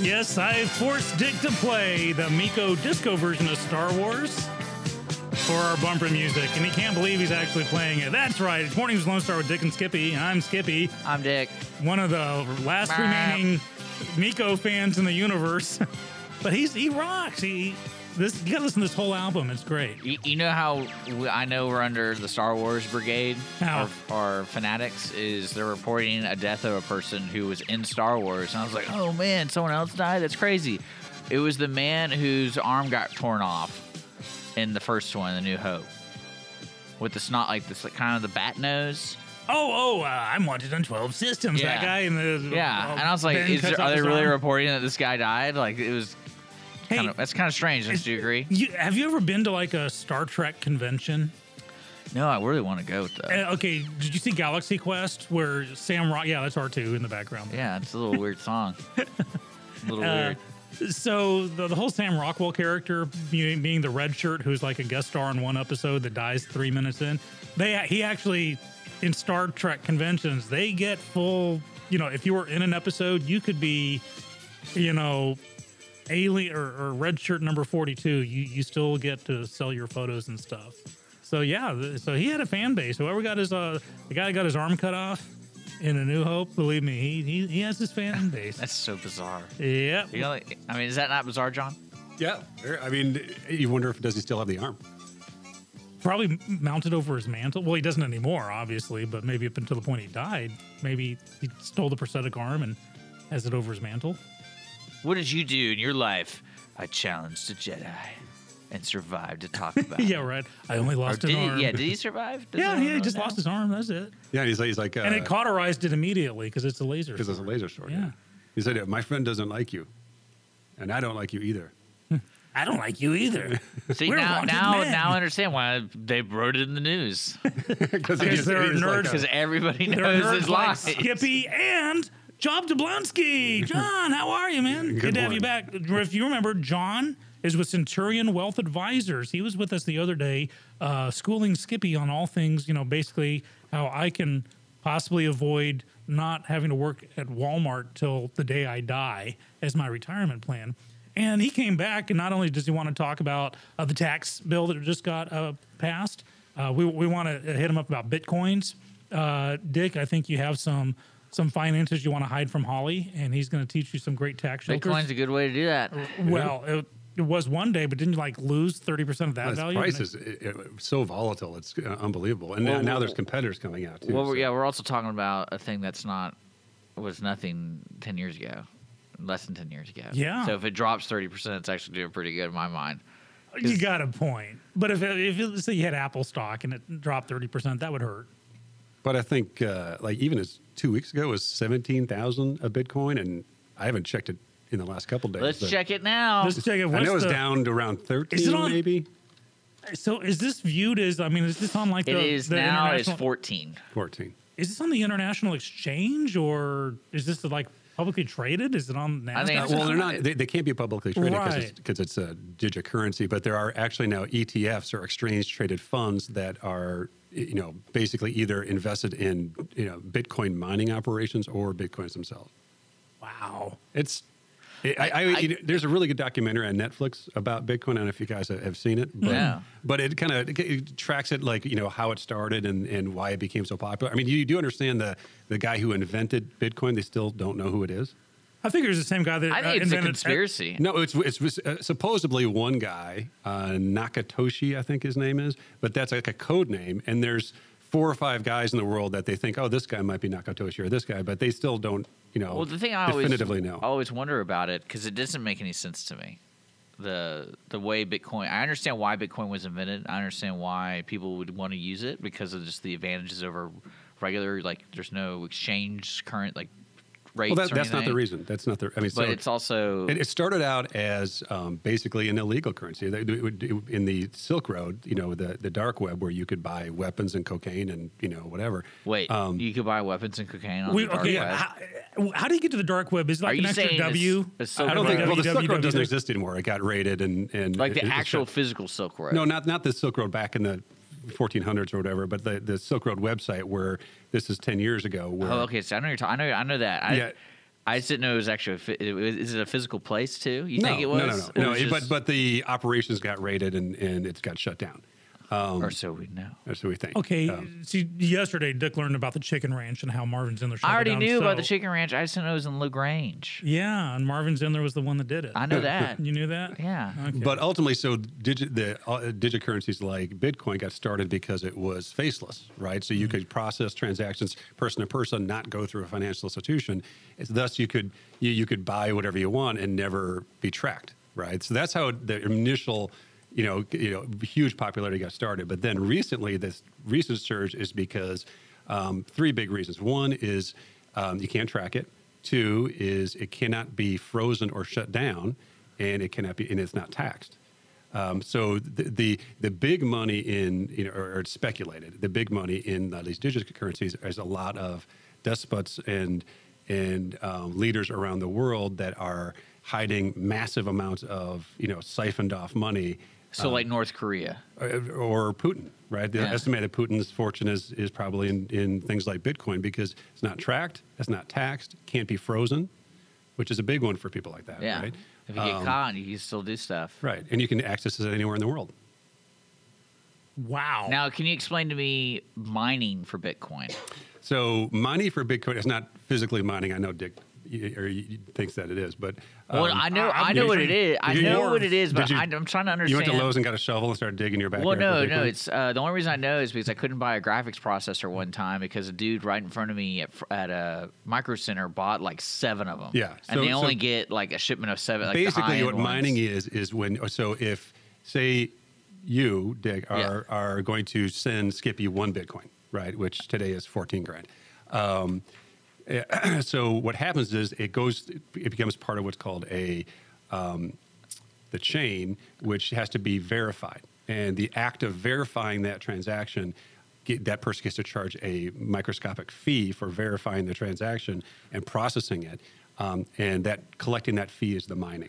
Yes, I forced Dick to play the Miko disco version of Star Wars for our bumper music, and he can't believe he's actually playing it. That's right. It's Mornings with Lone Star with Dick and Skippy. I'm Skippy, I'm Dick. one of the last Meow. remaining Miko fans in the universe. but he's he rocks. He this you gotta listen to this whole album. It's great. You, you know how we, I know we're under the Star Wars Brigade How? or, or fanatics is they're reporting a death of a person who was in Star Wars, and I was like, oh man, someone else died. That's crazy. It was the man whose arm got torn off in the first one, The New Hope, with the snot like this, like kind of the bat nose. Oh oh, uh, I'm wanted on twelve systems. That Yeah. guy in the Yeah, uh, and I was like, Ben is cuts there, off are they his really arm. reporting that this guy died? Like it was. Hey, Kind of, that's kind of strange. Don't is- you agree? you, have you ever been to like a Star Trek convention? No, I really want to go though. Uh, okay, did you see Galaxy Quest where Sam Rock? Yeah, that's R two in the background. Yeah, it's a little weird song. a little Uh, weird. so the, the whole Sam Rockwell character being, being the red shirt who's like a guest star in one episode that dies three minutes in, they he actually in Star Trek conventions they get full. You know, if you were in an episode, you could be, you know, alien or, or red shirt number forty two. You you still get to sell your photos and stuff. So yeah, th- so he had a fan base. Whoever got his uh, the guy that got his arm cut off in A New Hope, believe me, he he, he has his fan base. That's so bizarre. Yep. You know, like- I mean, is that not bizarre, John? Yeah, there- I mean, you wonder if does he still have the arm? probably m- mounted over his mantle. Well, he doesn't anymore, obviously, but maybe up until the point he died, maybe he stole the prosthetic arm and has it over his mantle. What did you do in your life? I challenged the Jedi and survived to talk about. yeah, right. I only Or lost did an he, arm. yeah, did he survive? Does yeah, anyone yeah, he know just now? lost his arm. That's it. Yeah, he's like, he's like, uh, and it cauterized it immediately because it's a laser. because it's a sword. laser sword. Yeah. He said, "My friend doesn't like you, and I don't like you either." I don't like you either. See We're now, wanted now, men. now I understand why they wrote it in the news Because Because there are nerds uh, because everybody there are knows nerds his like lies. Skippy and Job Jablonski. John, how are you, man? Good, Good to have you back. If you remember, John is with Centurion Wealth Advisors. He was with us the other day, uh, schooling Skippy on all things, you know, basically how I can possibly avoid not having to work at Walmart till the day I die as my retirement plan. And he came back, and not only does he want to talk about uh, the tax bill that just got uh, passed, uh, we, we want to hit him up about bitcoins. Uh, Dick, I think you have some some finances you want to hide from Holly, and he's going to teach you some great tax shelters. Bitcoin's a good way to do that. well, it, it was one day, but didn't you like lose thirty percent of that His value? price is it, it- so volatile; it's uh, unbelievable. And now, Well, now there's competitors coming out too. Well, we're, so- yeah, we're also talking about a thing that's not was nothing ten years ago, less than ten years ago. Yeah. So if it drops thirty percent, it's actually doing pretty good in my mind. you got a point, but if it- if it- say you had Apple stock and it dropped thirty percent, that would hurt. But I think, uh, like, even as two weeks ago it was seventeen thousand a Bitcoin, and I haven't checked it in the last couple days. Let's but check it now. Let's check it. I What's know it's the- down to around thirteen, on- maybe So is this viewed as? I mean, is this on like It the? is the now is international- fourteen. fourteen. Is this on the international exchange or is this like publicly traded? Is it on Nasdaq? I think it's- Uh, Well, they're not. They, they can't be publicly traded because Right. it's, 'cause it's a digital currency. But there are actually now ETFs or exchange traded funds that are, you know, basically either invested in you know Bitcoin mining operations or Bitcoins themselves. wow. It's. I, I, I- you know, there's a really good documentary on Netflix about Bitcoin. I don't know if you guys have have seen it, but, Yeah. but it kind of it, it tracks it like you know how it started and, and why it became so popular. I mean, you do understand the the guy who invented Bitcoin. They still don't know who it is. I think it was the same guy that I uh, think it's a invented- conspiracy. No, it's, it's, it's uh, supposedly one guy, uh, Nakatoshi, I think his name is, but that's like a code name. And there's four or five guys in the world that they think, oh, this guy might be Nakatoshi or this guy, but they still don't, you know, Well, the thing I always definitively know. I always wonder about it because it doesn't make any sense to me. The the way Bitcoin, I understand why Bitcoin was invented. I understand why people would want to use it because of just the advantages over regular. Like, there's no exchange current like rates. Well, that, or that's not the anything, reason. That's not the. I mean, so But it's also It, it started out as um, basically an illegal currency. They- it would- it- in the Silk Road, you know, the, the dark web where you could buy weapons and cocaine and, you know, whatever. wait. Um, you could buy weapons and cocaine on We, the dark okay, web. how, how do you get to the dark web? Is it Are like you an extra saying this- W? this Silk I don't Road- think, well, the Silk Road doesn't www. exist anymore. It got raided and. and like the it- it- actual physical Silk Road. No, not, not the Silk Road back in the 1400s or whatever, but the, the Silk Road website where this is 10 years ago. Where, Oh, okay. So I know you're talking. I know. I know that. I, Yeah. I just didn't know it was actually. A phy- it was- is it a physical place too? You no, think it no, was? no, no, Or no. was it- just- but, but the operations got raided and, and it got shut down. um, or so we know. That's what we think. Okay. Um, see, yesterday Dick learned about the chicken ranch and how Marvin's in there. shut I it already down, knew about the so- chicken ranch. I just didn't know it was in Lagrange. Yeah, and Marvin's in there was the one that did it. I know that. You knew that? Yeah. Okay. But ultimately, so digi- the uh, digicurrencies like Bitcoin got started because it was faceless, right? So you could process transactions person to person, not go through a financial institution. It's, thus, you could you, you could buy whatever you want and never be tracked, right? So that's how the initial, you know, you know, huge popularity got started. But then recently, this recent surge is because um, three big reasons. One is um, you can't track it. Two is it cannot be frozen or shut down, and it cannot be and it's not taxed. Um, so the, the the big money in you know or, or it's speculated the big money in uh, these digital currencies is a lot of despots and and um, leaders around the world that are hiding massive amounts of you know siphoned off money So like North Korea. or- or Putin, right? The Yeah. estimated Putin's fortune is is probably in, in things like Bitcoin because it's not tracked, it's not taxed, can't be frozen, which is a big one for people like that, Yeah. right? Um, If you get caught, you can still do stuff. Right, and you can access it anywhere in the world. wow. Now, can you explain to me mining for Bitcoin? So mining for Bitcoin is not physically mining. I know Dick y- or y- thinks that it is, but um, Well, I know, I- I I'm know what it usually- is. I Did you- know what it is, but did you- I, am trying to understand. you went to Lowe's and got a shovel and started digging your backyard. Well, no, for no. Bitcoin? It's uh, the only reason I know is because I couldn't buy a graphics processor one time because a dude right in front of me at, fr- at a micro center bought like seven of them. Yeah, and so- they only so get like a shipment of seven. Like the basically high-end what mining ones. is is when so if say you dick Yeah. are are going to send skippy one bitcoin right which today is 14 grand um, eh, so what happens is it goes it becomes part of what's called a um, the chain which has to be verified and the act of verifying that transaction get, that person gets to charge a microscopic fee for verifying the transaction and processing it um, and that collecting that fee is the mining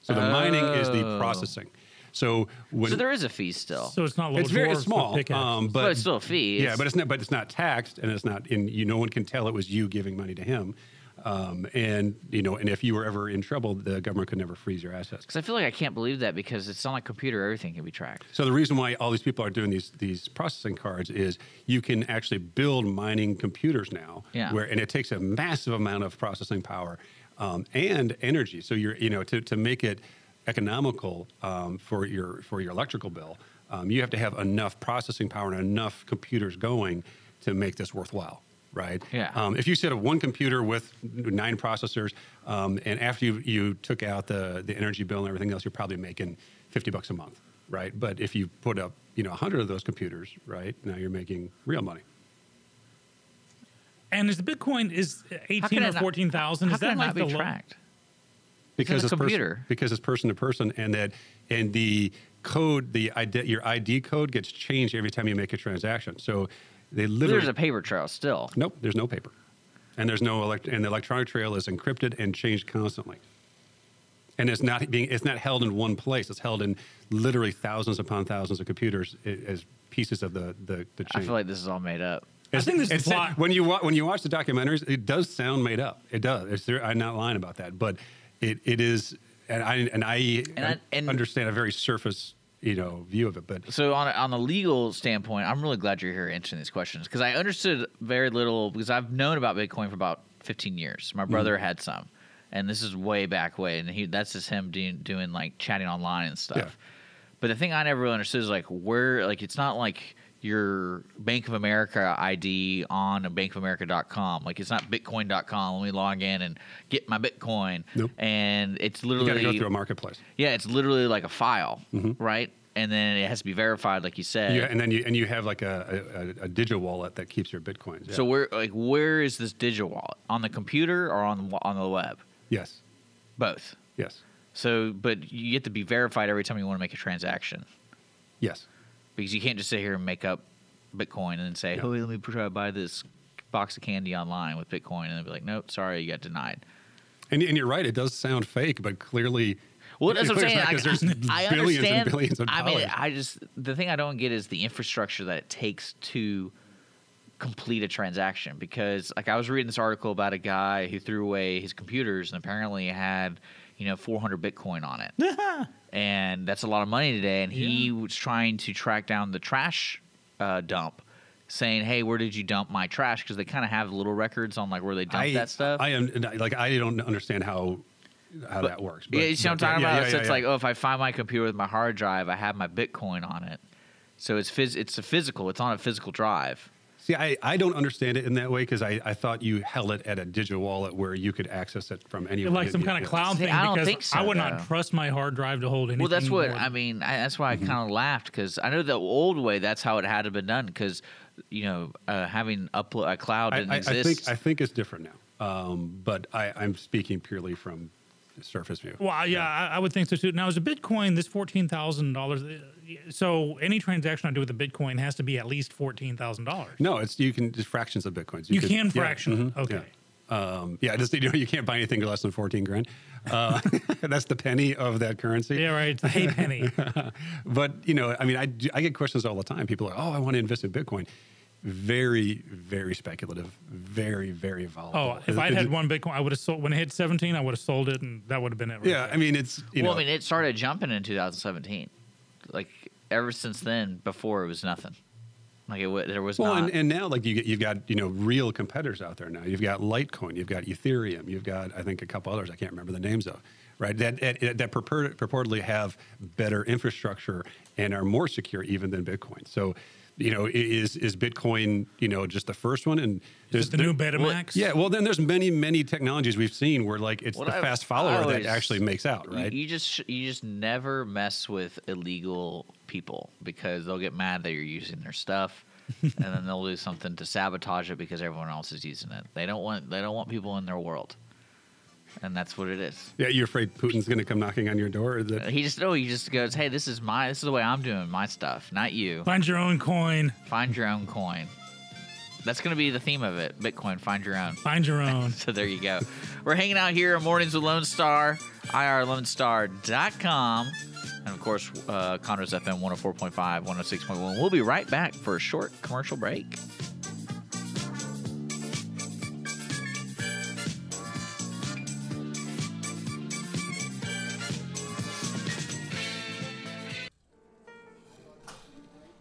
so the mining is the Oh. processing so when So there is a fee still. so it's not low. it's very dwarfs with small pickaxes. um, but, but, it's still a fee. yeah, but it's not. But it's not taxed, and it's not. And you, no one can tell it was you giving money to him. Um, and you know, and if you were ever in trouble, the government could never freeze your assets. because I feel like I can't believe that because it's on a computer, everything can be tracked. So the reason why all these people are doing these these processing cards is you can actually build mining computers now, Yeah. where and it takes a massive amount of processing power um, and energy. So you're you know to, to make it economical um, for your for your electrical bill, um, you have to have enough processing power and enough computers going to make this worthwhile, right? Yeah. Um, if you set up one computer with nine processors, um, and after you, you took out the, the energy bill and everything else, you're probably making 50 bucks a month, right? But if you put up, you know, 100 of those computers, right, now you're making real money. and is the Bitcoin is How can eighteen or it not- fourteen thousand? How Is can that it like not the be low? tracked? Because It's on a person- computer. because it's person to person and that, and the code, the ID, your ID code gets changed every time you make a transaction. So they literally, There's a paper trail still. nope, there's no paper. And there's no elect, and the electronic trail is encrypted and changed constantly. and it's not being it's not held in one place it's held in literally thousands upon thousands of computers i- as pieces of the the, the I chain feel like this is all made up. It's- think this is it's- a lot- when you wa- when you watch the documentaries it does sound made up it does it's, there- i'm not lying about that but it, it is and i and i, I- and- understand a very surface you know view of it but So on a, on the legal standpoint, I'm really glad you're here answering these questions because I understood very little because I've known about Bitcoin for about 15 years. Mm-hmm. My brother had some, and this is way back way, and he that's just him doing, doing like chatting online and stuff. Yeah. But the thing I never really understood is like where like it's not like your Bank of America ID on bankofamerica.com. Like it's not bitcoin.com. Let me log in and get my Bitcoin. Nope. And it's you got literally to go through a marketplace yeah, it's literally like a file, right? and then it has to be verified, like you said. You, Mm-hmm. and then you and you have like a a, a, a digi wallet that keeps your bitcoins. Yeah. So where like where is this digital wallet on the computer or on on the web? yes, Both. yes, So, but you get to be verified every time you want to make a transaction yes. because you can't just sit here and make up Bitcoin and then say, Yeah. "Hey, let me try to buy this box of candy online with Bitcoin," and they'll be like, "Nope, sorry, you got denied." And, and you're right; it does sound fake, but clearly, Well, that's what I'm clearly saying. it's not, 'cause Like, there's I billions understand. and billions of I dollars. mean, I just the thing I don't get is the infrastructure that it takes to complete a transaction. Because like I was reading this article about a guy who threw away his computers and apparently had you know 400 Bitcoin on it, and that's a lot of money today. And he was trying to track down the trash uh, dump. Saying, "Hey, where did you dump my trash?" Because they kind of have little records on like where they dump I, that stuff. I am and I- like I don't understand how how that works. yeah, you see what I'm talking yeah, about? yeah, so yeah, it's yeah. like, oh, if I find my computer with my hard drive, I have my Bitcoin on it. So it's phys- it's a physical. It's on a physical drive. See, I, I don't understand it in that way because I, I thought you held it at a digital wallet where you could access it from anywhere. like some Yeah, kind yeah. of cloud See, thing. I don't because think so, I would though. not trust my hard drive to hold anything. Well, that's what more I mean. I, that's Mm-hmm. why I kind of laughed because I know the old way. That's how it had to have been done because you know uh, having upload a cloud I, didn't I- I exist. think I think it's different now, um, but I, I'm speaking purely from surface view. Well, yeah, I, I would think so too. Now, as a Bitcoin, this fourteen thousand dollars. uh, So any transaction I do with a Bitcoin has to be at least fourteen thousand dollars. No, it's you can just fractions of bitcoins. You could- can yeah, fraction it, mhm, okay. Yeah. Um, yeah, just you know, you can't buy anything less than fourteen grand. Uh, that's the penny of that currency. Uh, Yeah, right. It's a penny. but you know, I mean, I, do- I get questions all the time. People are, oh, I want to invest in Bitcoin. Very, very speculative. Very, very Oh, volatile. if I'd had one Bitcoin, I would have sold. When it hit seventeen, I would have sold it, and that would have been it. right Yeah, there. I mean, it's you well, know, I mean, it started jumping in 2017. Like ever since then, before it was nothing. Like it wa- there was well, not. and, and now like you get, you've got you know real competitors out there now. You've got Litecoin, you've got Ethereum, you've got I think a couple others I can't remember the names of, right? That that, that purport, purportedly have better infrastructure and are more secure even than Bitcoin. So, you know, i- is is Bitcoin you know just the first one and Is it the new Betamax. Yeah, well, then there's many, many technologies we've seen where like it's What the I- fast I follower always- that actually makes out, You- right? You, just sh- you just never mess with illegal people because they'll get mad that you're using their stuff, and then they'll do something to sabotage it because everyone else is using it. They don't want they don't want people in their world, and that's what it is. yeah, you're afraid Putin's going to come knocking on your door. Or that, Uh, He just no, he just goes, hey, this is my this is the way I'm doing my stuff, not you. Find your own coin. Find your own coin. That's gonna be the theme of it. Bitcoin, find your own. Find your own. So there you go. We're hanging out here on Mornings with Lone Star, irlonestar.com. And of course, uh, Conroe's FM 104.5, 106.1. We'll be right back for a short commercial break.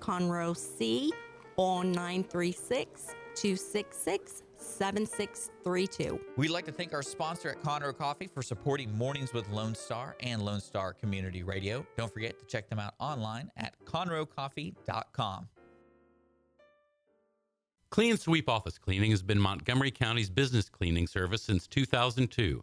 Conroe C or 936 266 7632. We'd like to thank our sponsor at Conroe Coffee for supporting Mornings with Lone Star and Lone Star Community Radio. Don't forget to check them out online at conroecoffee.com. Clean Sweep Office Cleaning has been Montgomery County's business cleaning service since 2002,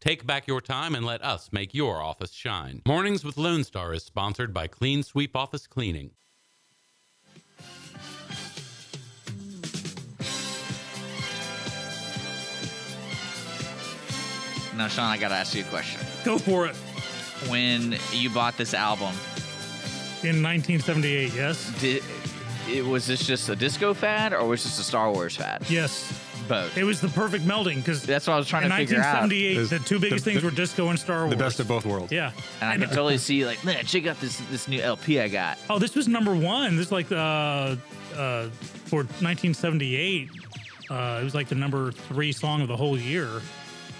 Take back your time and let us make your office shine. Mornings with Lone Star is sponsored by Clean Sweep Office Cleaning. Now, Sean, I got to ask you a question. Go for it. When you bought this album, In 1978, yes. did, it, was this just a disco fad or was this a Star Wars fad? Yes, Both. it was the perfect melding because in That's what I was trying to figure out. 1978, Is the two biggest the- things the- were disco and Star Wars. The best of both worlds. Yeah. And I could totally see like, man, check out this this new LP I got. Oh, this was number one. This is like uh, uh, for 1978. Uh, it was like the number three song of the whole year,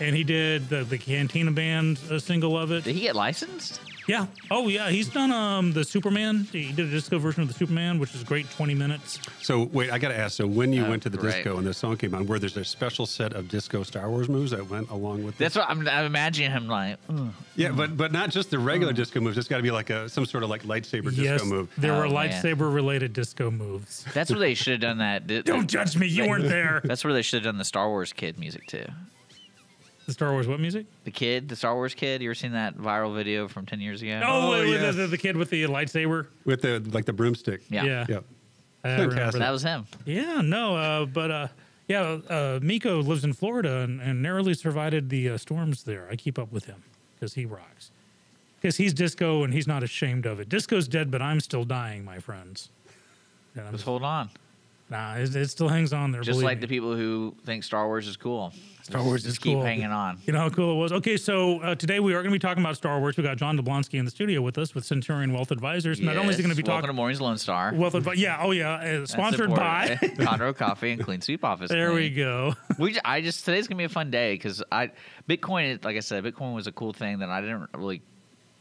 and he did the, the Cantina Band uh single of it. Did he get licensed? Yeah. Oh yeah, he's done um the Superman. He did a disco version of the Superman, which is great. 20 minutes. So wait, I got to ask. So when you Oh, went to the great. disco and this song came on, where there's a special set of disco Star Wars moves that went along with this? That's what I'm, I'm imagining him like. "Mm, yeah, but but not just the regular disco moves. It's got to be like a some sort of like lightsaber yes, disco move. there were Oh, man. lightsaber related disco moves. That's where they should have done that. Did- Don't judge me. You weren't there. That's where they should have done the Star Wars kid music too. The Star Wars what music? The kid, the Star Wars kid. You ever seen that viral video from ten years ago? Oh, Oh, with yes. the, the kid with the lightsaber. with the like the broomstick. Yeah. Yeah. Yep. I remember Fantastic. That was him. Yeah, no, uh, but uh, yeah, uh, Miko lives in Florida and, and narrowly survived the uh, storms there. I keep up with him because he rocks. Because he's disco and he's not ashamed of it. Disco's dead, but I'm still dying, my friends. And I'm Just just, hold on. nah, it, it still hangs on there. Just believe like me. the people who think Star Wars is cool. Star Wars just Oh, is keep cool. hanging on. You know how cool it was. Okay, so uh, today we are going to be talking about Star Wars. We got John Doblonsky in the studio with us with Centurion Wealth Advisors. Not only is he going Yes. to be Welcome talking to Morning's Lone Star. wealth advice, yeah, oh yeah, uh, That's sponsored by. important. Conroe Coffee and Clean Sweep Office. there we Clean. go. We, ju- I just today's gonna be a fun day because I Bitcoin, it- like I said, Bitcoin was a cool thing that I didn't really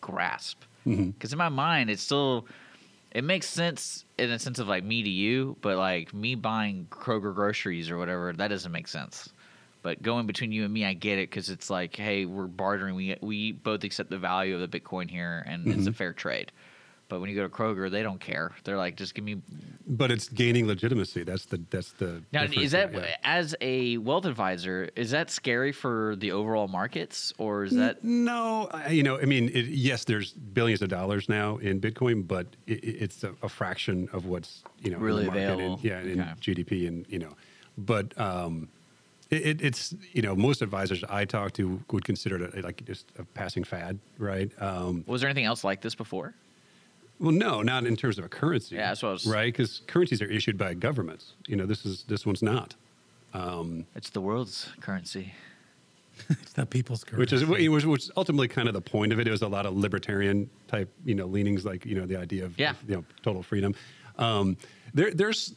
grasp because in my mind it's still it makes sense in a sense of like me to you, but like me buying Kroger groceries or whatever that doesn't make sense. But going between you and me, I get it because it's like, hey, we're bartering. We we both accept the value of the Bitcoin here, and it's a fair trade. But when you go to Kroger, they don't care. They're like, just give me But it's gaining legitimacy. That's the that's the. now, difference is that there, yeah. as a wealth advisor, is that scary for the overall markets, or is that No, I- you know, I mean, it, yes, there's billions of dollars now in Bitcoin, but i i- it's a, a fraction of what's you know in the Really market and- available. yeah, in Okay. GDP and you know, but um, it, it, it's you know most advisors I talk to would consider it a, like just a passing fad, right? Um, was there anything else like this before? well, no, not in terms of a currency. Yeah, that's what I was- right because currencies are issued by governments. You know, this is this one's not. It's the world's currency. it's the people's curse. which is it was which is ultimately kind of the point of it. It was a lot of libertarian type, you know, leanings, like you know, the idea of Yeah. you know, total freedom. Um, there, there's,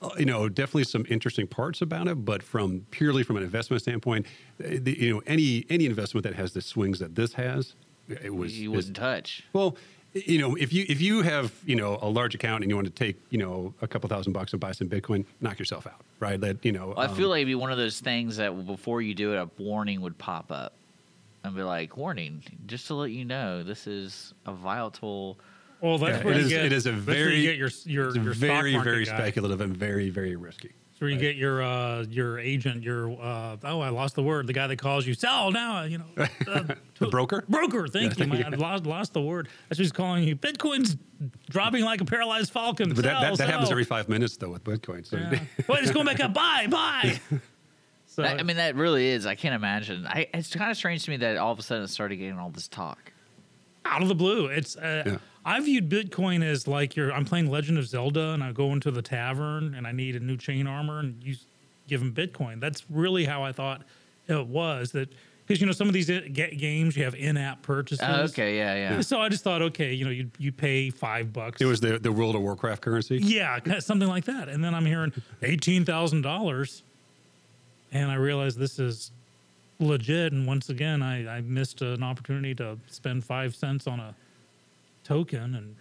uh, you know, definitely some interesting parts about it, but from purely from an investment standpoint, uh, the, you know, any any investment that has the swings that this has, it was you is- wouldn't touch. well, you know, if you if you have you know a large account and you want to take you know a couple thousand bucks and buy some Bitcoin, knock yourself out, right? That you know, Well, I feel um, like it'd be one of those things that before you do it, a warning would pop up and be like, "Warning, just to let you know, this is a volatile." Well, Oh, that's Yeah, where it you is- get. it is a that's where very- you get your your, it's your very stock market very guy. speculative and very very risky. That's where you get your uh, your agent, your uh, oh, I lost the word. The guy that calls you sell now, you know, uh, The broker? broker. Thank you, man. I lost lost the word. That's who's calling you. Bitcoin's dropping like a paralyzed falcon. But that, Sell, that, that happens sell." every five minutes though with Bitcoin. So Yeah. Wait, it's going back up. Buy, buy. So I I mean, that really is. I can't imagine. I, it's kind of strange to me that all of a sudden it started getting all this talk. out of the blue. It's uh, Yeah. I viewed Bitcoin as like you're. I'm playing Legend of Zelda, and I go into the tavern, and I need a new chain armor, and you s- give them Bitcoin. That's really how I thought it was. That because you know some of these i- ga- games you have in-app purchases. Oh, okay, yeah, yeah. So I just thought, okay, you know, you you pay five bucks. it was the, the World of Warcraft currency. yeah, kinda something like that. And then I'm hearing eighteen thousand dollars, and I realize this is legit. And once again, I, I missed an opportunity to spend five cents on a token and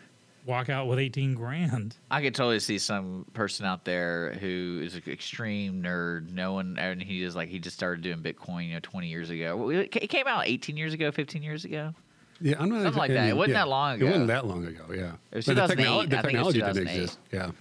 walk out with eighteen grand. I could totally see some person out there who is an extreme nerd, no one, and he is like he just started doing Bitcoin, you know, twenty years ago. Well, It ca- it came out eighteen years ago, fifteen years ago. Yeah, I'm not Something like that. It wasn't that It long ago. wasn't that long ago. Yeah, was But 2008. the I think it was technology didn't 2008. exist. Yeah,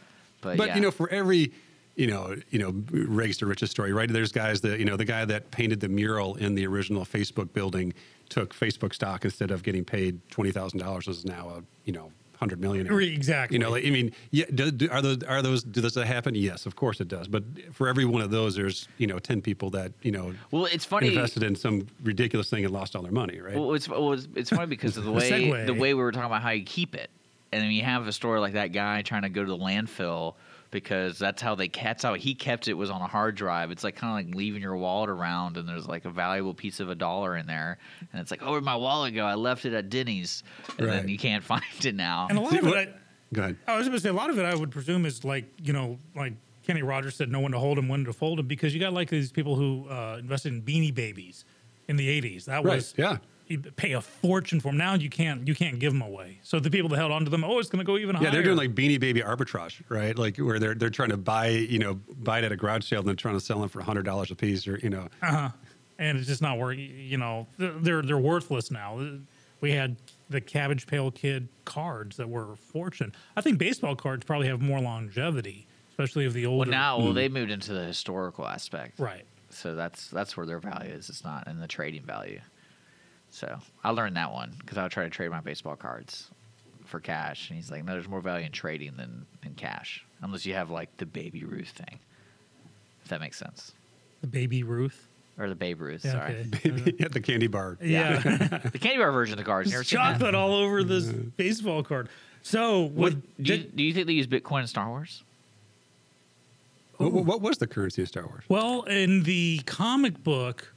But, yeah. you know, for every you know you know rags to riches story, right? There's guys that you know the guy that painted the mural in the original Facebook building took Facebook stock instead of getting paid twenty thousand dollars is now a you know hundred million. Re- exactly. You know, like, I mean, yeah. Do, do, are those are those does that happen? Yes, of course it does. But for every one of those, there's you know ten people that you know. Well, it's funny. invested in some ridiculous thing and lost all their money, right? Well, it's well, it's, it's funny because of the way segue. the way we were talking about how you keep it. and then you have a story like that guy trying to go to the landfill because that's how they that's how he kept it was on a hard drive. It's like kind of like leaving your wallet around and there's like a valuable piece of a dollar in there, and it's like, oh, where'd my wallet go? I left it at Denny's, and then Right. you can't find it now. And a lot of it, Go ahead. I, I was going to say, a lot of it, I would presume, is like you know, like Kenny Rogers said, no one to hold him, one to fold him, because you got like these people who uh, invested in Beanie Babies in the '80s. That Right, was yeah. You pay a fortune for them. Now you can't you can't give them away. So the people that held onto them, oh, it's going to go even higher. Yeah, they're doing like Beanie Baby arbitrage, right? Like where they're they're trying to buy, you know, buy it at a garage sale and they're trying to sell them for hundred dollars a piece, or you know, Uh-huh. and it's just not working. You know, they're- they're they're worthless now. Uh, We had the Cabbage Pail Kid cards that were a fortune. I think baseball cards probably have more longevity, especially of the older. Well, now well, they moved into the historical aspect, right? So that's that's where their value is. It's not in the trading value. So I learned that one because I would try to trade my baseball cards for cash, and he's like, "No, there's more value in trading than in cash, unless you have like the Baby Ruth thing, if that makes sense, The Baby Ruth. or the Babe Ruth. Yeah, sorry, okay. at the candy bar. Yeah. the candy bar version of the cards. you never There's seen that? chocolate all over this baseball card. So What, with do, you, do you think they use Bitcoin in Star Wars? What, what was the currency of Star Wars? well in the comic book,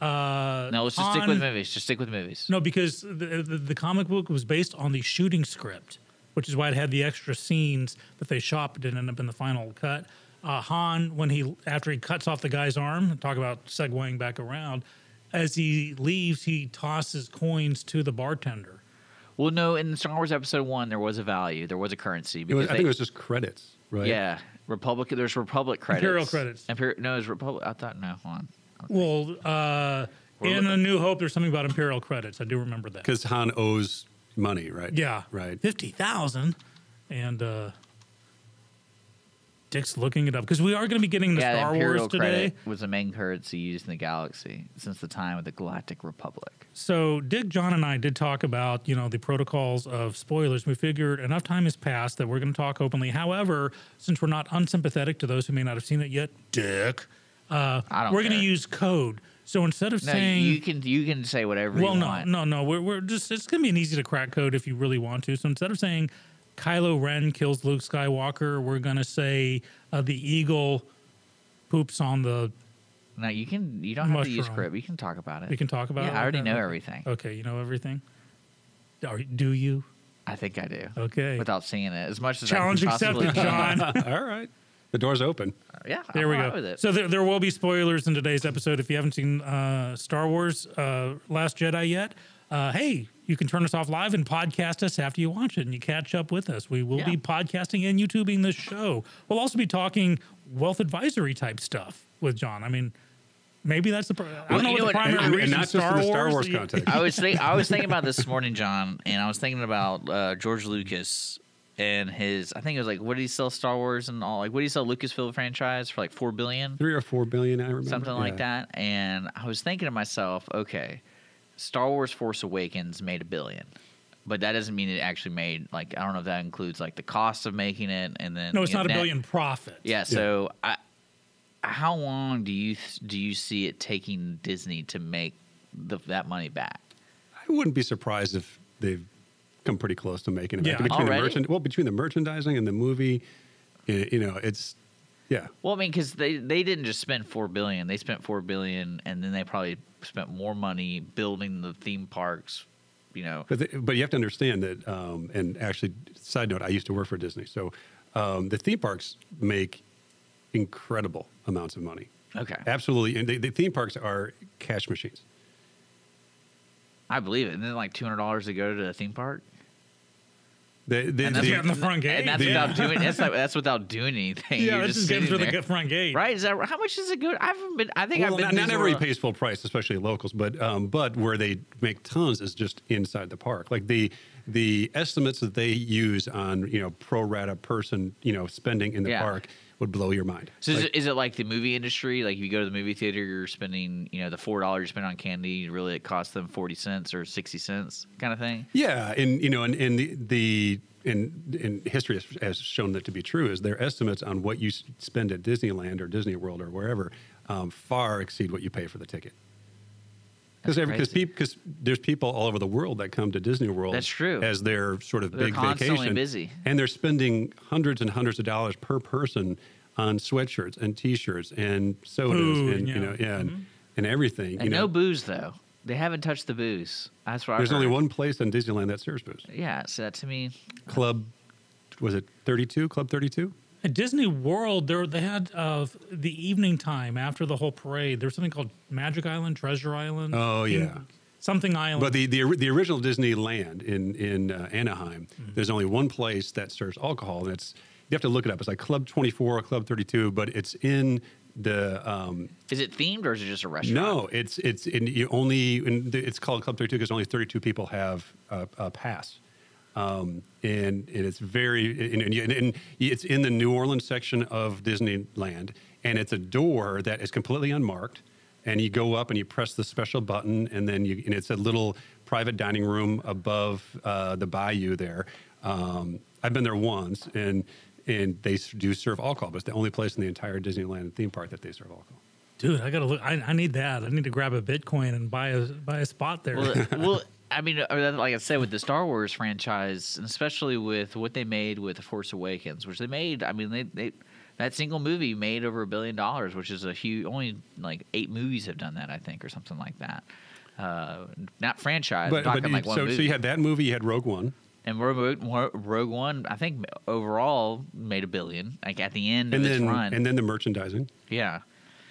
uh, No, let's just stick with on- movies. Just stick with movies. No, because the, the the comic book was based on the shooting script, which is why it had the extra scenes that they shopped and end up in the final cut. Uh, Han, when he after he cuts off the guy's arm, talk about segueing back around. As he leaves, he tosses coins to the bartender. Well, no, in Star Wars Episode One, there was a value, there was a currency. It was, because I they- think it was just credits, right? Yeah, Republic. There's Republic credits. Imperial credits. Imper- no, it's Republic. I thought no. Hold on. Well, uh, in A New Hope, there's something about Imperial credits. I do remember that. because Han owes money, right? Yeah. right. Fifty thousand, and uh, Dick's looking it up because we are going to be getting the yeah, Star Imperial Wars today. credit was the main currency used in the galaxy since the time of the Galactic Republic. So Dick, John, and I did talk about you know the protocols of spoilers. We figured enough time has passed that we're going to talk openly. However, since we're not unsympathetic to those who may not have seen it yet, Dick, uh, I don't we're going to care. use code. So instead of No, saying you can you can say whatever well, you no, want. no, no. We're, we're just it's gonna be an easy to crack code if you really want to. So instead of saying Kylo Ren kills Luke Skywalker, we're gonna say uh, the eagle poops on the. No, you can. You don't have to use Mushroom. credit. You can talk about it. We can talk about. Yeah, it? I already Okay, know okay. everything. Okay, you know everything. Are, do you? I think I do. Okay. Without seeing it, as much as Challenge I can possibly accepted, can. John. All right, the door's open. Yeah, There I'm we all right go. With it. So there, there will be spoilers in today's episode. If you haven't seen uh, Star Wars: uh, Last Jedi yet, uh, hey, you can turn us off live and podcast us after you watch it, and you catch up with us. We will Yeah. be podcasting and YouTubing this show. We'll also be talking wealth advisory type stuff with John. I mean, maybe that's the. Pr- I Well, don't know you what know the what- primary And, reason and not just Star in the Star Wars. Wars you- context. I was think, I was thinking about this morning, John, and I was thinking about uh, George Lucas and his. I think it was like, what did he sell Star Wars and all? Like, what did he sell Lucasfilm franchise for? Like four billion, Three or four billion, I remember. something like Yeah. that. And I was thinking to myself, okay, Star Wars Force Awakens made a billion. But that doesn't mean it actually made like I don't know if that includes like the cost of making it and then No, it's you know, not a net- billion profit. yeah. So, I, how long do you th- do you see it taking Disney to make the, that money back? I wouldn't be surprised if they've come pretty close to making it. back. Yeah. between Already? the merchand- well, between the merchandising and the movie, eh, you know, it's yeah. Well, I mean, because they they didn't just spend four billion; they spent four billion, and then they probably spent more money building the theme parks. You know, But, the, but you have to understand that, um, and actually, side note, I used to work for Disney. So um, the theme parks make incredible amounts of money. Okay. Absolutely. And the, the theme parks are cash machines. I believe it. And then like two hundred dollars to go to the theme park, They, they, And they- That's right in the front gate. and that's yeah, without doing that's not, that's without doing anything. yeah You're that's just getting sitting through the there. g- front gate. right. Is that how much is it good? I haven't been. I think well, I've been. not, not to everybody Disney World- pays full price, especially locals, but um, but where they make tons is just inside the park. Like the the estimates that they use on you know pro rata person you know spending in the Yeah. park would blow your mind. So is, Like, it, is it like the movie industry? Like if you go to the movie theater, you're spending you know the four dollars you spend on candy. Really, it costs them forty cents or sixty cents, kind of thing. Yeah, and you know, and, and the, the and, and history has, has shown that to be true is their estimates on what you s- spend at Disneyland or Disney World or wherever um, far exceed what you pay for the ticket. Because because crazy. people because there's people all over the world that come to Disney World. That's true. As their sort of They're big constantly vacation, busy. and they're spending hundreds and hundreds of dollars per person on sweatshirts and T-shirts and sodas Food, and yeah. you know yeah, and, and everything. Mm-hmm. And you know, no booze though. They haven't touched the booze. That's what I've there's only heard. one place in Disneyland that serves booze. Yeah, so that to me, Club, was it 32? Club 32? At Disney World, there they had uh, the evening time after the whole parade. There was something called Magic Island, Treasure Island. Oh, King- yeah. something island. But the, the ori- the original Disneyland in in uh, Anaheim, there's only one place that serves alcohol, and it's you have to look it up. It's like Club 24 or Club 32, but it's in the um, is it themed or is it just a restaurant? no, it's it's in, you only in, it's called Club 32 because only 32 people have a, a pass. Um, and, and it's very and, and, you- and it's in the New Orleans section of Disneyland, and it's a door that is completely unmarked. And you go up and you press the special button, and then you and it's a little private dining room above uh, the bayou there. Um, I've been there once, and and they s- do serve alcohol, but it's the only place in the entire Disneyland theme park that they serve alcohol. Dude, I gotta look. I, I need that. I need to grab a Bitcoin and buy a buy a spot there. Well, well, I mean, uh, like I said, with the Star Wars franchise, and especially with what they made with The Force Awakens, which they made, I mean, they, they that single movie made over a billion dollars, which is a huge. Only like eight movies have done that, I think, or something like that. Uh, not franchise, but, you- like one so, movie. so you had that movie, you had Rogue One, and Rogue, One- Rogue One, I think overall made a billion. Like at the end and of then its run, and then the merchandising yeah.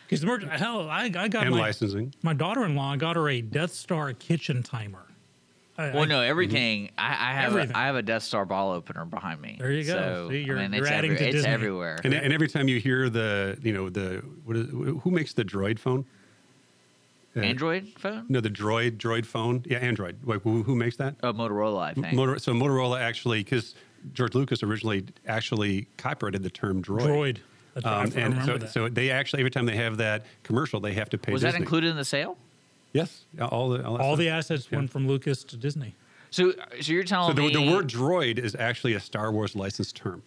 Because hell, I, I got and my licensing. my daughter in law got her a Death Star kitchen timer. I, I- Well, no, everything. I, I have Everything. A, I have a Death Star ball opener behind me. There you go. So, See, you're- I mean, you're it's, adding to it's Disney. everywhere. And, and every time you hear the, you know, the what is, who makes the droid phone? Uh, Android phone? No, the droid droid phone. Yeah, Android. Like who, who makes that? Oh, Motorola, I think. Motor, so Motorola actually, because George Lucas originally actually copyrighted the term droid. droid. That's right. I Um, f- I and remember so, that. so they actually every time they have that commercial, they have to pay. was that Disney. included in the sale? Yes, all the all, that all stuff. the assets went from Lucas to Disney. So, so you're telling So the, me the word droid is actually a Star Wars licensed term.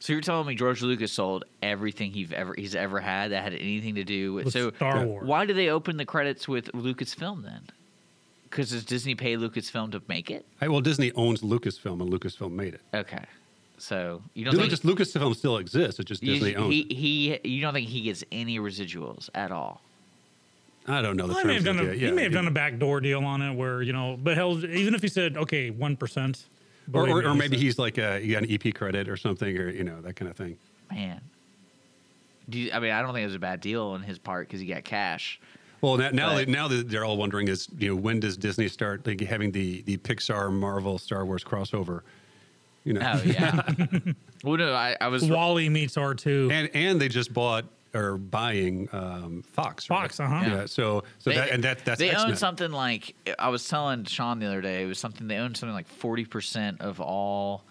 So you're telling me George Lucas sold everything he's ever he's ever had that had anything to do with, With so Star Yeah. Wars. Why do they open the credits with Lucasfilm then? Because does Disney pay Lucasfilm to make it? I, well, Disney owns Lucasfilm, and Lucasfilm made it. Okay, so you don't Lucas, think Lucasfilm still exists. It just you, Disney owns. he, it. he you don't think he gets any residuals at all? I don't know the Well, he may terms. have done of a it. he Yeah, may have yeah. done a backdoor deal on it where you know, but hell, even if he said okay, one percent, Or, or, or maybe he's like a, he got an EP credit or something, or you know that kind of thing. Man, do you, I mean I don't think it was a bad deal on his part because he got cash. Well, now now, But- now that they're all wondering is you know when does Disney start like, having the the Pixar Marvel Star Wars crossover? You know, Oh yeah. well, no, I, I was Wally meets R two. and and they just bought or buying um, Fox. right? Fox, uh-huh. Yeah. So so that and that that's they own X-Men. something like I was telling Sean the other day. It was something they own something like forty percent of all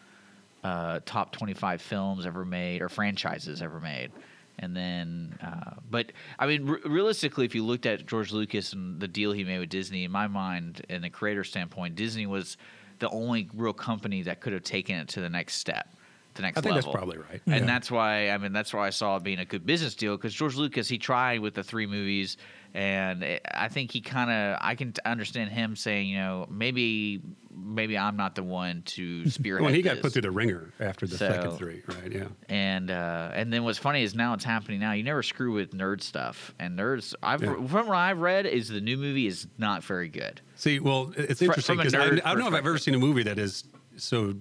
uh, top twenty-five films ever made or franchises ever made. And then, uh, but I mean, re- realistically, if you looked at George Lucas and the deal he made with Disney, in my mind, in the creator standpoint, Disney was the only real company that could have taken it to the next step, the next I think that's level. probably right. And Yeah. that's why I mean that's why I saw it being a good business deal because George Lucas he tried with the three movies, and it, I think he kind of I can t- understand him saying you know maybe maybe I'm not the one to spearhead. When he got this. put through the ringer after the second So- three, right? Yeah. And uh, and then what's funny is now it's happening now. You never screw with nerd stuff, and nerds I've Yeah. from what I've read is the new movie is not very good. See, well, it- it's Fr- interesting from a because I, I nerd don't know if I've ever perspective. seen a movie that is so